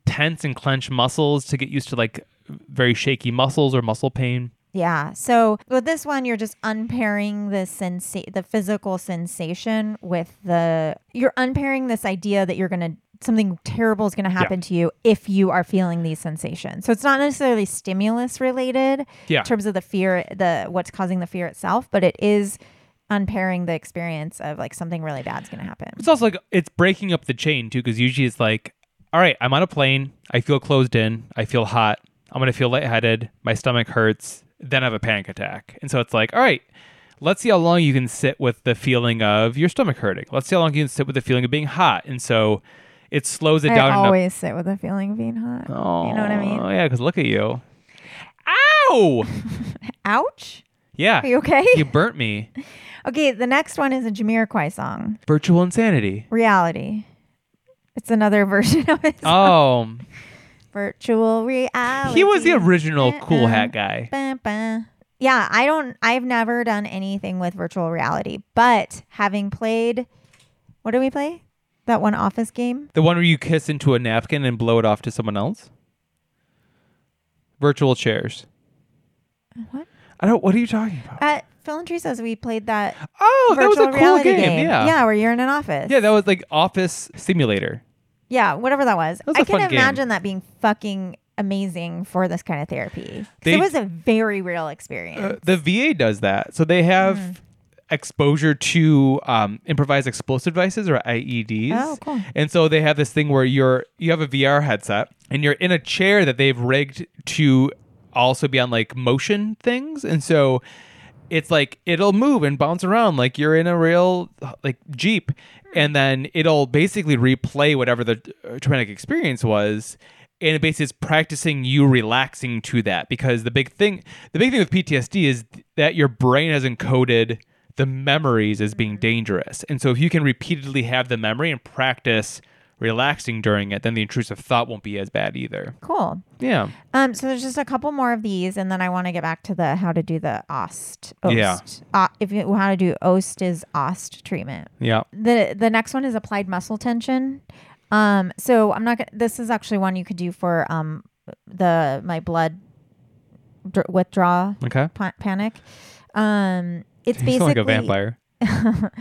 B: tense and clench muscles to get used to like very shaky muscles or muscle pain.
C: Yeah. So with this one, you're just unpairing the sensa- the physical sensation with the you're unpairing this idea that you're gonna something terrible is gonna happen to you if you are feeling these sensations. So it's not necessarily stimulus related
B: Yeah.
C: in terms of the fear, the what's causing the fear itself, but it is unpairing the experience of like something really bad's gonna happen.
B: It's also like it's breaking up the chain too, because usually it's like, all right, I'm on a plane. I feel closed in. I feel hot. I'm gonna feel lightheaded. My stomach hurts. Then I have a panic attack. And so it's like, all right, let's see how long you can sit with the feeling of your stomach hurting. Let's see how long you can sit with the feeling of being hot. And so it slows it down. uh,
C: I
B: enough-
C: always sit with a feeling of being hot. You know what I
B: Oh
C: mean?
B: yeah, because look at you. Ow!
C: Ouch.
B: Yeah.
C: Are you okay?
B: You burnt me.
C: okay, the next one is a Jamiroquai song.
B: Virtual insanity.
C: reality. It's another version of it.
B: Oh,
C: Virtual reality.
B: he was the original cool
C: Uh-huh.
B: hat guy.
C: Bum, bum. Yeah, I don't. I've never done anything with virtual reality, but having played, what do we play? That one office game.
B: The one where you kiss into a napkin and blow it off to someone else? Virtual chairs.
C: What?
B: I don't what are you talking about?
C: Uh, Phil and Tree says we played that
B: Oh, that
C: virtual
B: was a cool
C: reality
B: game. Yeah.
C: yeah, where you're in an office.
B: Yeah, that was like office simulator.
C: yeah, whatever that was.
B: was
C: I
B: a
C: can
B: fun game.
C: imagine that being fucking amazing for this kind of therapy. 'Cause
B: They-
C: it was a very real experience.
B: Uh, the VA does that. So they have
C: Mm-hmm.
B: exposure to um, improvised explosive devices or IEDs.
C: Oh, cool.
B: And so they have this thing where you're you have a VR headset and you're in a chair that they've rigged to also be on like motion things. And so it's like it'll move and bounce around like you're in a real like Jeep and then it'll basically replay whatever the uh, traumatic experience was and it basically is practicing you relaxing to that because the big thing the big thing with PTSD is that your brain has encoded the memories as
C: Mm-hmm.
B: being dangerous. And so if you can repeatedly have the memory and practice relaxing during it, then the intrusive thought won't be as bad either.
C: cool.
B: Yeah.
C: Um, so there's just a couple more of these, and then I want to get back to the how to do the OST. OST.
B: Yeah.
C: Uh, if you, how to do OST is OST treatment.
B: Yeah.
C: The the next one is applied muscle tension. Um, so I'm not. Gonna, this is actually one you could do for um the my blood dr- withdraw
B: Okay.
C: pa- panic. Um, it's
B: You
C: basically
B: sound like a vampire.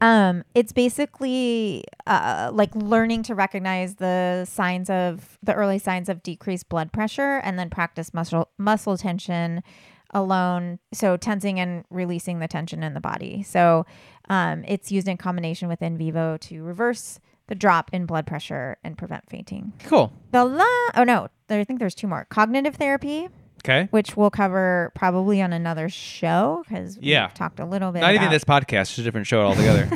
C: um, it's basically uh, like learning to recognize the signs of the early signs of decreased blood pressure, and then practice muscle muscle tension alone. So tensing and releasing the tension in the body. So um, it's used in combination with in vivo to reverse the drop in blood pressure and prevent fainting.
B: Cool.
C: The la oh no, there, I think there's two more. Cognitive therapy,
B: Okay.
C: which we'll cover probably on another show because
B: Yeah.
C: we talked a little bit.
B: Not even
C: about-
B: this podcast, just a different show altogether.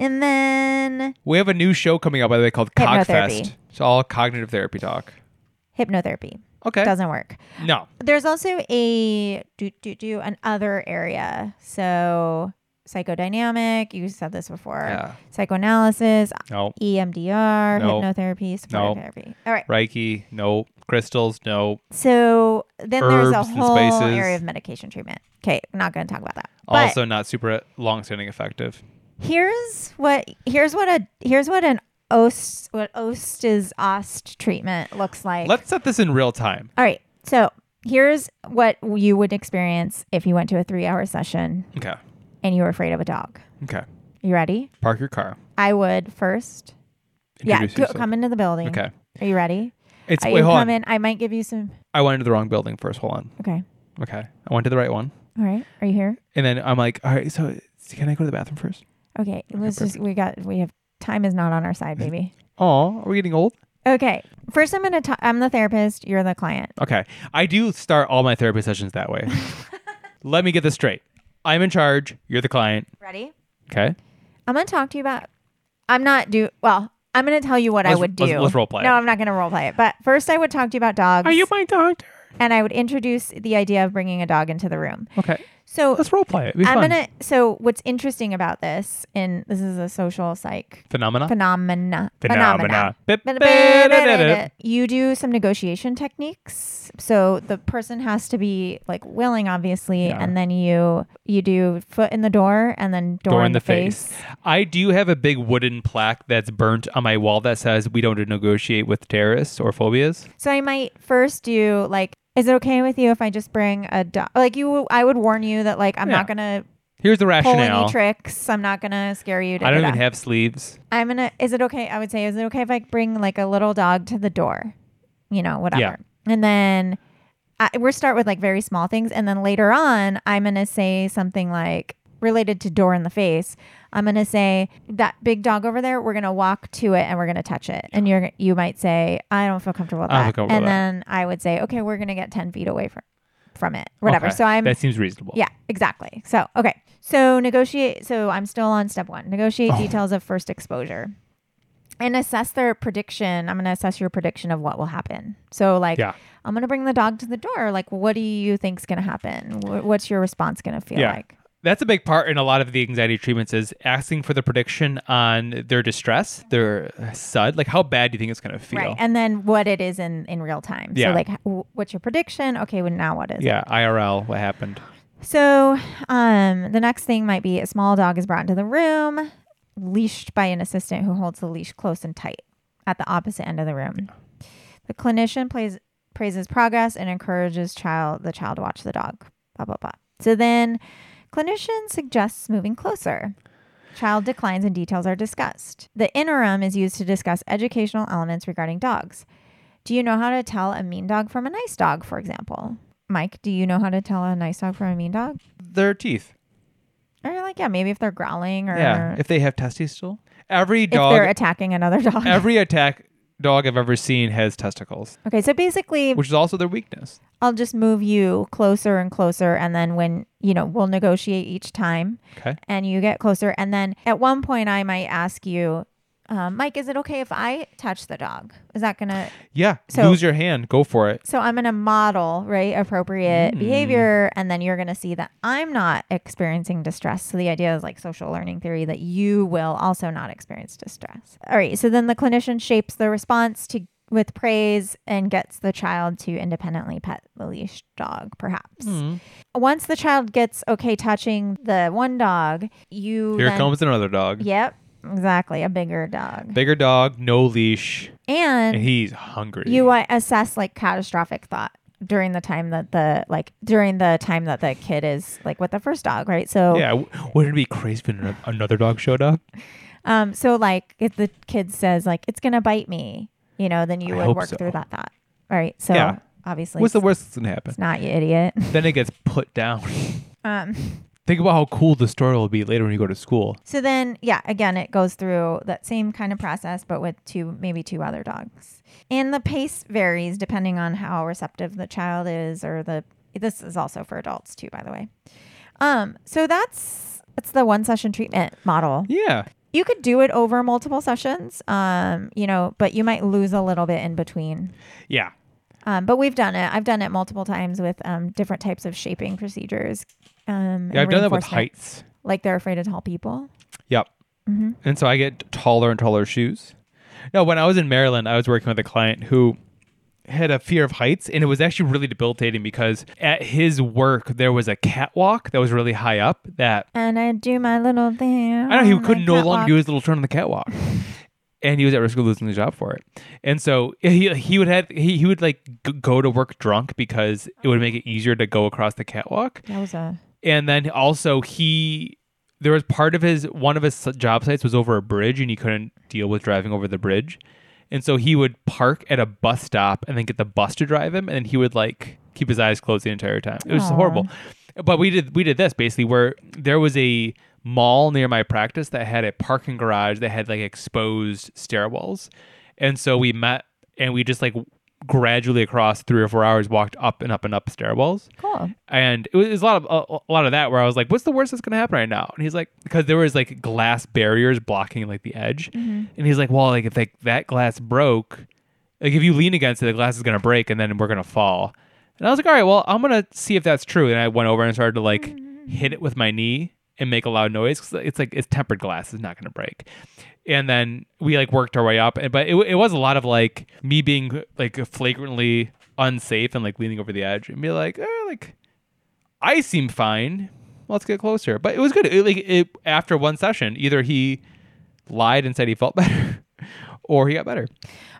C: And then
B: we have a new show coming out by the way called
C: Hypnotherapy.
B: Cogfest. It's all cognitive therapy talk.
C: hypnotherapy
B: Okay.
C: doesn't work.
B: no.
C: There's also a do do do an other area. So psychodynamic. You said this before.
B: Yeah.
C: Psychoanalysis, E
B: No.
C: EMDR,
B: No.
C: hypnotherapy, supportive
B: No.
C: therapy. All right.
B: Reiki. No. Crystals. No.
C: So then there's a
B: Herbs and
C: whole
B: spices.
C: area of medication treatment. Okay, not going to talk about that. But
B: also not super long-standing effective.
C: here's what here's what a here's what an OST what OST is OST treatment looks like.
B: Let's set this in real time.
C: All right. So here's what you would experience if you went to a three hour session
B: Okay.
C: and you were afraid of a dog.
B: Okay.
C: You ready?
B: Park your car.
C: I would first. Yeah,
B: Introduce
C: go-
B: yourself.
C: come into the building.
B: Okay.
C: Are you ready?
B: It's
C: I
B: wait, hold
C: come
B: on.
C: in. I might give you some.
B: I went into the wrong building first. Hold on.
C: Okay.
B: Okay. I went to the right one.
C: All right. Are you here?
B: And then I'm like, all right, so can I go to the bathroom first?
C: Okay. Let's just. We got. We have. Time is not on our side, baby.
B: Oh, are we getting old?
C: Okay. First, I'm gonna. T- I'm the therapist. You're the client.
B: Okay. I do start all my therapy sessions that way. Let me get this straight. I'm in charge. You're the client.
C: Ready?
B: Okay.
C: I'm gonna talk to you about. I'm not do well. I'm going to tell you what I
B: Let's-
C: would do.
B: let's- let's roleplay
C: No,
B: it.
C: I'm not going to role play it. But first, I would talk to you about dogs.
B: my doctor?
C: and I would introduce the idea of bringing a dog into the room.
B: Okay,
C: So
B: let's role play it. It'd be
C: I'm
B: fun.
C: gonna. So what's interesting about this, and this is a social psych
B: Phenomena.
C: phenomena.
B: Phenomena.
C: Phenomena. You do some negotiation techniques. So the person has to be like willing, obviously,
B: Yeah.
C: and then you you do foot in the door and then door,
B: Door in the face. I do have a big wooden plaque that's burnt on my wall that says we don't negotiate with terrorists or phobias.
C: So I might first do like, is it okay with you if I just bring a dog? Like you, I would warn you that like I'm
B: Yeah.
C: not gonna
B: Here's the
C: pull
B: rationale.
C: any tricks. I'm not gonna scare you.
B: I don't even
C: da-da-da.
B: have sleeves.
C: I'm gonna. Is it okay? I would say, is it okay if I bring like a little dog to the door? You know, whatever.
B: Yeah.
C: And then I, we're start with like very small things, and then later on, I'm gonna say something like related to door in the face. I'm gonna say that big dog over there. We're gonna walk to it and we're gonna touch it. And you're you might say, I don't feel comfortable with
B: I don't
C: that.
B: feel comfortable
C: and
B: with
C: then I would say, okay, we're gonna get ten feet away from from it, whatever.
B: Okay,
C: So I'm
B: That seems reasonable.
C: yeah, exactly. So, okay. So, negotiate. So, I'm still on step one
B: Oh.
C: negotiate details of first exposure and assess their prediction. I'm going to assess your prediction of what will happen. So, like,
B: Yeah.
C: I'm going to bring the dog to the door. Like, what do you think's going to happen? Wh- What's your response going to feel
B: Yeah.
C: like?
B: That's a big part in a lot of the anxiety treatments is asking for the prediction on their distress, their sud. Like, how bad do you think it's going to feel?
C: Right. And then what it is in, in real time.
B: Yeah.
C: So, like, h- wh- what's your prediction? Okay. Well, now what is it?
B: yeah, IRL, what happened?
C: So, um, the next thing might be a small dog is brought into the room, leashed by an assistant who holds the leash close and tight at the opposite end of the room. The clinician plays, praises progress and encourages child the child to watch the dog. Blah blah blah. So then, clinician suggests moving closer. Child declines and details are discussed. The interim is used to discuss educational elements regarding dogs. Do you know how to tell a mean dog from a nice dog, for example? Mike, do you know how to tell a nice dog from a mean dog?
B: Their teeth.
C: Or you're like, yeah, maybe if they're growling or
B: Yeah.
C: if,
B: If they have testes still. Every dog,
C: they're attacking another dog.
B: every attack dog I've ever seen has testicles,
C: okay, so basically,
B: which is also their weakness.
C: I'll just move you closer and closer, and then when you know, we'll negotiate each time,
B: Okay.
C: and you get closer, and then at one point, I might ask you, um, Mike, is it okay if I touch the dog? Is that gonna?
B: Yeah.
C: So-
B: lose your hand. Go for it.
C: So I'm gonna model right appropriate
B: Hmm.
C: behavior, and then you're gonna see that I'm not experiencing distress. So the idea is like social learning theory that you will also not experience distress. All right. So then the clinician shapes the response to with praise and gets the child to independently pet the leash dog, perhaps.
B: Hmm.
C: Once the child gets okay touching the one dog, you
B: Here
C: then-
B: comes another dog.
C: Yep, exactly, a bigger dog,
B: Bigger dog, no leash,
C: and
B: and he's hungry.
C: you want assess like catastrophic thought during the time that the like during the time that the kid is like with the first dog right so
B: Yeah. w- Wouldn't it be crazy if an- another dog showed up?
C: um so like if the kid says like it's gonna bite me you know then you
B: I
C: would
B: hope
C: work
B: so.
C: through that thought all right so
B: Yeah.
C: obviously
B: What's the worst that's gonna happen?
C: it's not you idiot
B: Then it gets put down.
C: um
B: Think about how cool the story will be later when you go to school.
C: so then yeah again it goes through that same kind of process but with two maybe two other dogs and the pace varies depending on how receptive the child is or the this is also for adults too by the way Um, so that's that's the one session treatment model.
B: Yeah.
C: You could do it over multiple sessions, um, you know, but you might lose a little bit in between.
B: Yeah.
C: Um, but we've done it. I've done it multiple times with um, different types of shaping procedures. Um,
B: Yeah. I've
C: and
B: done that with
C: reinforcement.
B: heights.
C: Like they're afraid of tall people.
B: Yep. And so I get taller and taller shoes. No, when I was in Maryland, I was working with a client who had a fear of heights, and it was actually really debilitating because at his work there was a catwalk that was really high up that
C: And I do my little thing.
B: I know he
C: on
B: could
C: the
B: no longer do
C: Oh, catwalk.
B: his little turn on the catwalk, and he was at risk of losing the job for it. And so he he would have he, he would like g- go to work drunk because it would make it easier to go across the catwalk.
C: That was a
B: And then also he there was part of his one of his job sites was over a bridge, and he couldn't deal with driving over the bridge. And so he would park at a bus stop and then get the bus to drive him, and he would like keep his eyes closed the entire time. It was
C: Aw.
B: horrible. But we did we did this basically where there was a mall near my practice that had a parking garage that had like exposed stairwells, and so we met and we just like gradually across three or four hours walked up and up and up stairwells
C: Cool.
B: and it was, it was a lot of a, a lot of that where I was like, "What's the worst that's gonna happen right now?" And he's like, "Because there was like glass barriers blocking like the edge," and he's like, "Well, like if like that glass broke, like if you lean against it, the glass is gonna break, and then we're gonna fall." And I was like, "All right, well, I'm gonna see if that's true." And I went over and started to like hit it with my knee and make a loud noise 'cause it's like it's tempered glass; it's not gonna break. And then we like worked our way up, and but it, it was a lot of like me being like flagrantly unsafe and like leaning over the edge and be like, eh, like I seem fine. Let's get closer. But it was good. It, like it, after one session, either he lied and said he felt better, or he got better.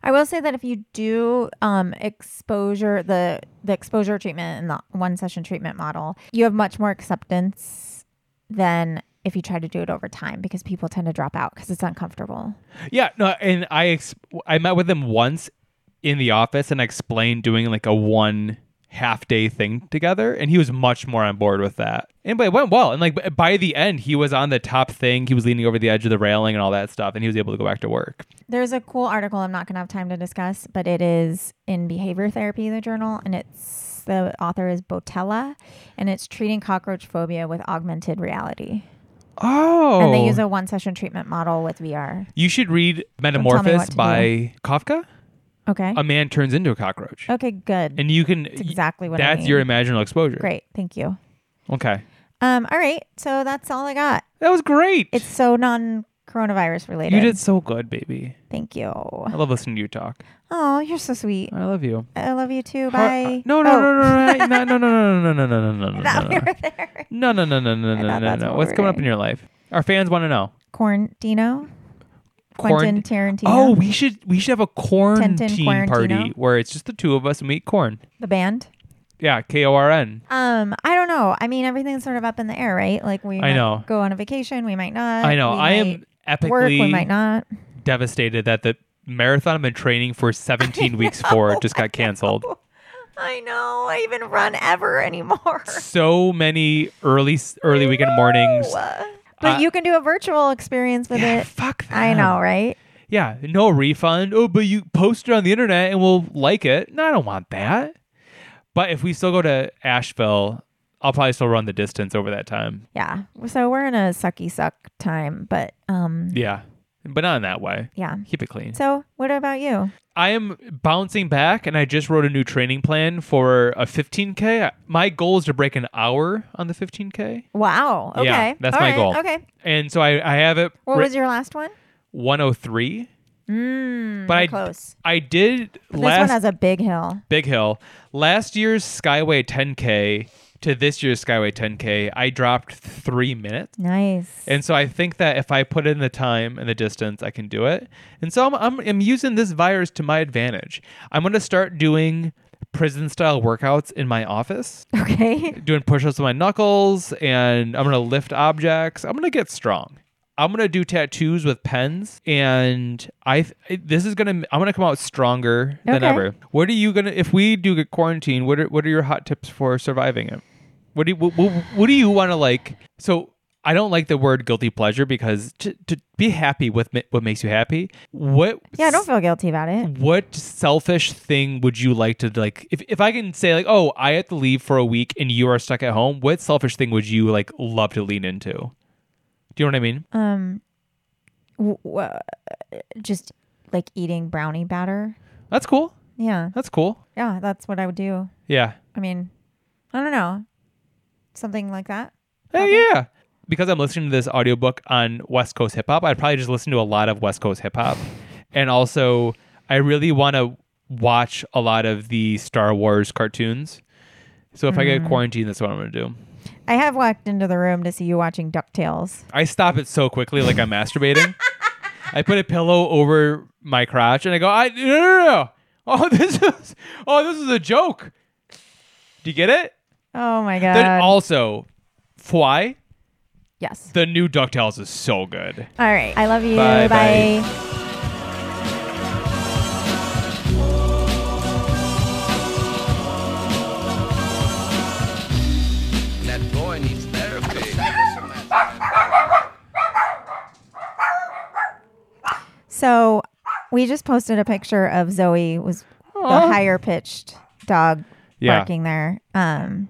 C: I will say that if you do um, exposure the the exposure treatment and the one session treatment model, you have much more acceptance than if you try to do it over time because people tend to drop out because it's uncomfortable.
B: Yeah. No. And I ex- I met with him once in the office and I explained doing like a one half day thing together, and he was much more on board with that. And but it went well. And like b- by the end, he was on the top thing. He was leaning over the edge of the railing and all that stuff, and he was able to go back to work.
C: There's a cool article I'm not going to have time to discuss, but it is in Behavior Therapy, the journal, and it's the author is Botella, and it's treating cockroach phobia with augmented reality,
B: Oh.
C: and they use a one session treatment model with VR.
B: you should read
C: me what
B: Metamorphosis
C: to do.
B: by Kafka.
C: Okay.
B: a man turns into a cockroach.
C: okay. Good.
B: Um, And you can
C: That's exactly what I
B: That's
C: mean.
B: your imaginal exposure.
C: Great. Thank you.
B: Okay.
C: Um. All right. So that's all I got.
B: That was great.
C: It's so non coronavirus related.
B: you did so good, baby.
C: Thank you.
B: I love listening to you talk.
C: Oh, you're so sweet.
B: I love you.
C: I love you too.
B: Har- uh,
C: Bye.
B: No, no,
C: Oh,
B: no, no, no, no, no, no, no, no, no, no, no, no, no,
C: That we
B: no,
C: were there.
B: no, no, no, no, no,
C: I
B: no,
C: thought
B: no,
C: that's
B: no.
C: what
B: What's
C: we were
B: coming up in
C: doing.
B: your life? Our fans want to know.
C: Quarantino.
B: Quarant-
C: Quentin Tarantino.
B: Oh, we should we should have a quarantine party
C: Quarantino.
B: where it's just the two of us and we eat corn.
C: the band.
B: Yeah, K O R N.
C: Um, I don't know. I mean, everything's sort of up in the air, right? Like we
B: I
C: might
B: know.
C: go on a vacation, we might not.
B: I know.
C: We
B: I am
C: might
B: epically
C: work, we might not.
B: devastated that the marathon I've been training for 17 weeks for just got canceled.
C: Oh I know. I even run ever anymore.
B: So many early early weekend mornings.
C: but
B: Uh,
C: you can do a virtual experience with
B: Yeah,
C: it.
B: fuck that.
C: I know, right?
B: Yeah, no refund. Oh, but you post it on the internet and we'll like it. No, I don't want that. But if we still go to Asheville, I'll probably still run the distance over that time.
C: Yeah. So we're in a sucky suck time, but um
B: Yeah. But not in that way.
C: yeah.
B: Keep it clean.
C: So what about you?
B: I am bouncing back, and I just wrote a new training plan for a 15K. My goal is to break an hour on the 15K.
C: Wow. Okay.
B: Yeah, that's
C: All
B: my
C: right.
B: goal.
C: Okay.
B: And so I, I have it
C: What
B: writ-
C: was your last one?
B: 103.
C: Mm,
B: But
C: we're
B: I,
C: close.
B: I did
C: But this one
B: last
C: has a big hill.
B: Big Hill. Last year's Skyway 10K to this year's Skyway 10K, I dropped three minutes.
C: Nice.
B: And so I think that if I put in the time and the distance, I can do it. And so I'm, I'm, I'm using this virus to my advantage. I'm going to start doing prison style workouts in my office,
C: okay.
B: doing push ups with my knuckles, and I'm going to lift objects. I'm going to get strong. I'm going to do tattoos with pens and I th- this is going to I'm going to come out stronger than
C: Okay.
B: ever. What are you going to if we do get quarantine, what are what are your hot tips for surviving it? What do you, what, what, what do you want to like? So I don't like the word guilty pleasure because to, to be happy with ma- what makes you happy. What
C: Yeah, don't feel guilty about it.
B: what selfish thing would you like to like if, if i can say like oh i have to leave for a week and you are stuck at home what selfish thing would you like love to lean into do you know what i mean
C: Um w- w- just like eating brownie batter.
B: that's cool
C: Yeah.
B: that's cool
C: Yeah, that's what I would do.
B: yeah
C: I mean, I don't know. Something like that.
B: hey, yeah because i'm listening to this audiobook on west coast hip-hop i'd probably just listen to a lot of west coast hip-hop and also i really want to watch a lot of the star wars cartoons so if i get quarantined that's what i'm gonna do
C: I have walked into the room to see you watching DuckTales.
B: I stop it so quickly, like I'm masturbating. I put a pillow over my crotch and I go, I no no no. no. Oh, this is oh, this is a joke. Do you get it?
C: Oh my
B: Then
C: god.
B: also, Fly,
C: yes.
B: the new Ducktales is so good.
C: All right. I love you.
B: Bye, bye.
C: bye.
D: That boy needs therapy.
C: So we just posted a picture of Zoe was the higher pitched dog
B: Yeah.
C: barking there. Um,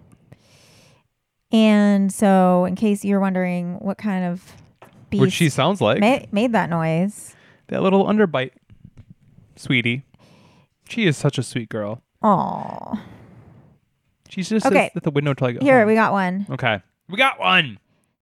C: and so, in case you're wondering what kind of beast
B: Which she sounds like.
C: ma- made that noise,
B: That little underbite. Sweetie. She is such a sweet girl.
C: oh,
B: She's just
C: Okay.
B: sits at the window till I go
C: here
B: home.
C: we got one.
B: Okay. We got one.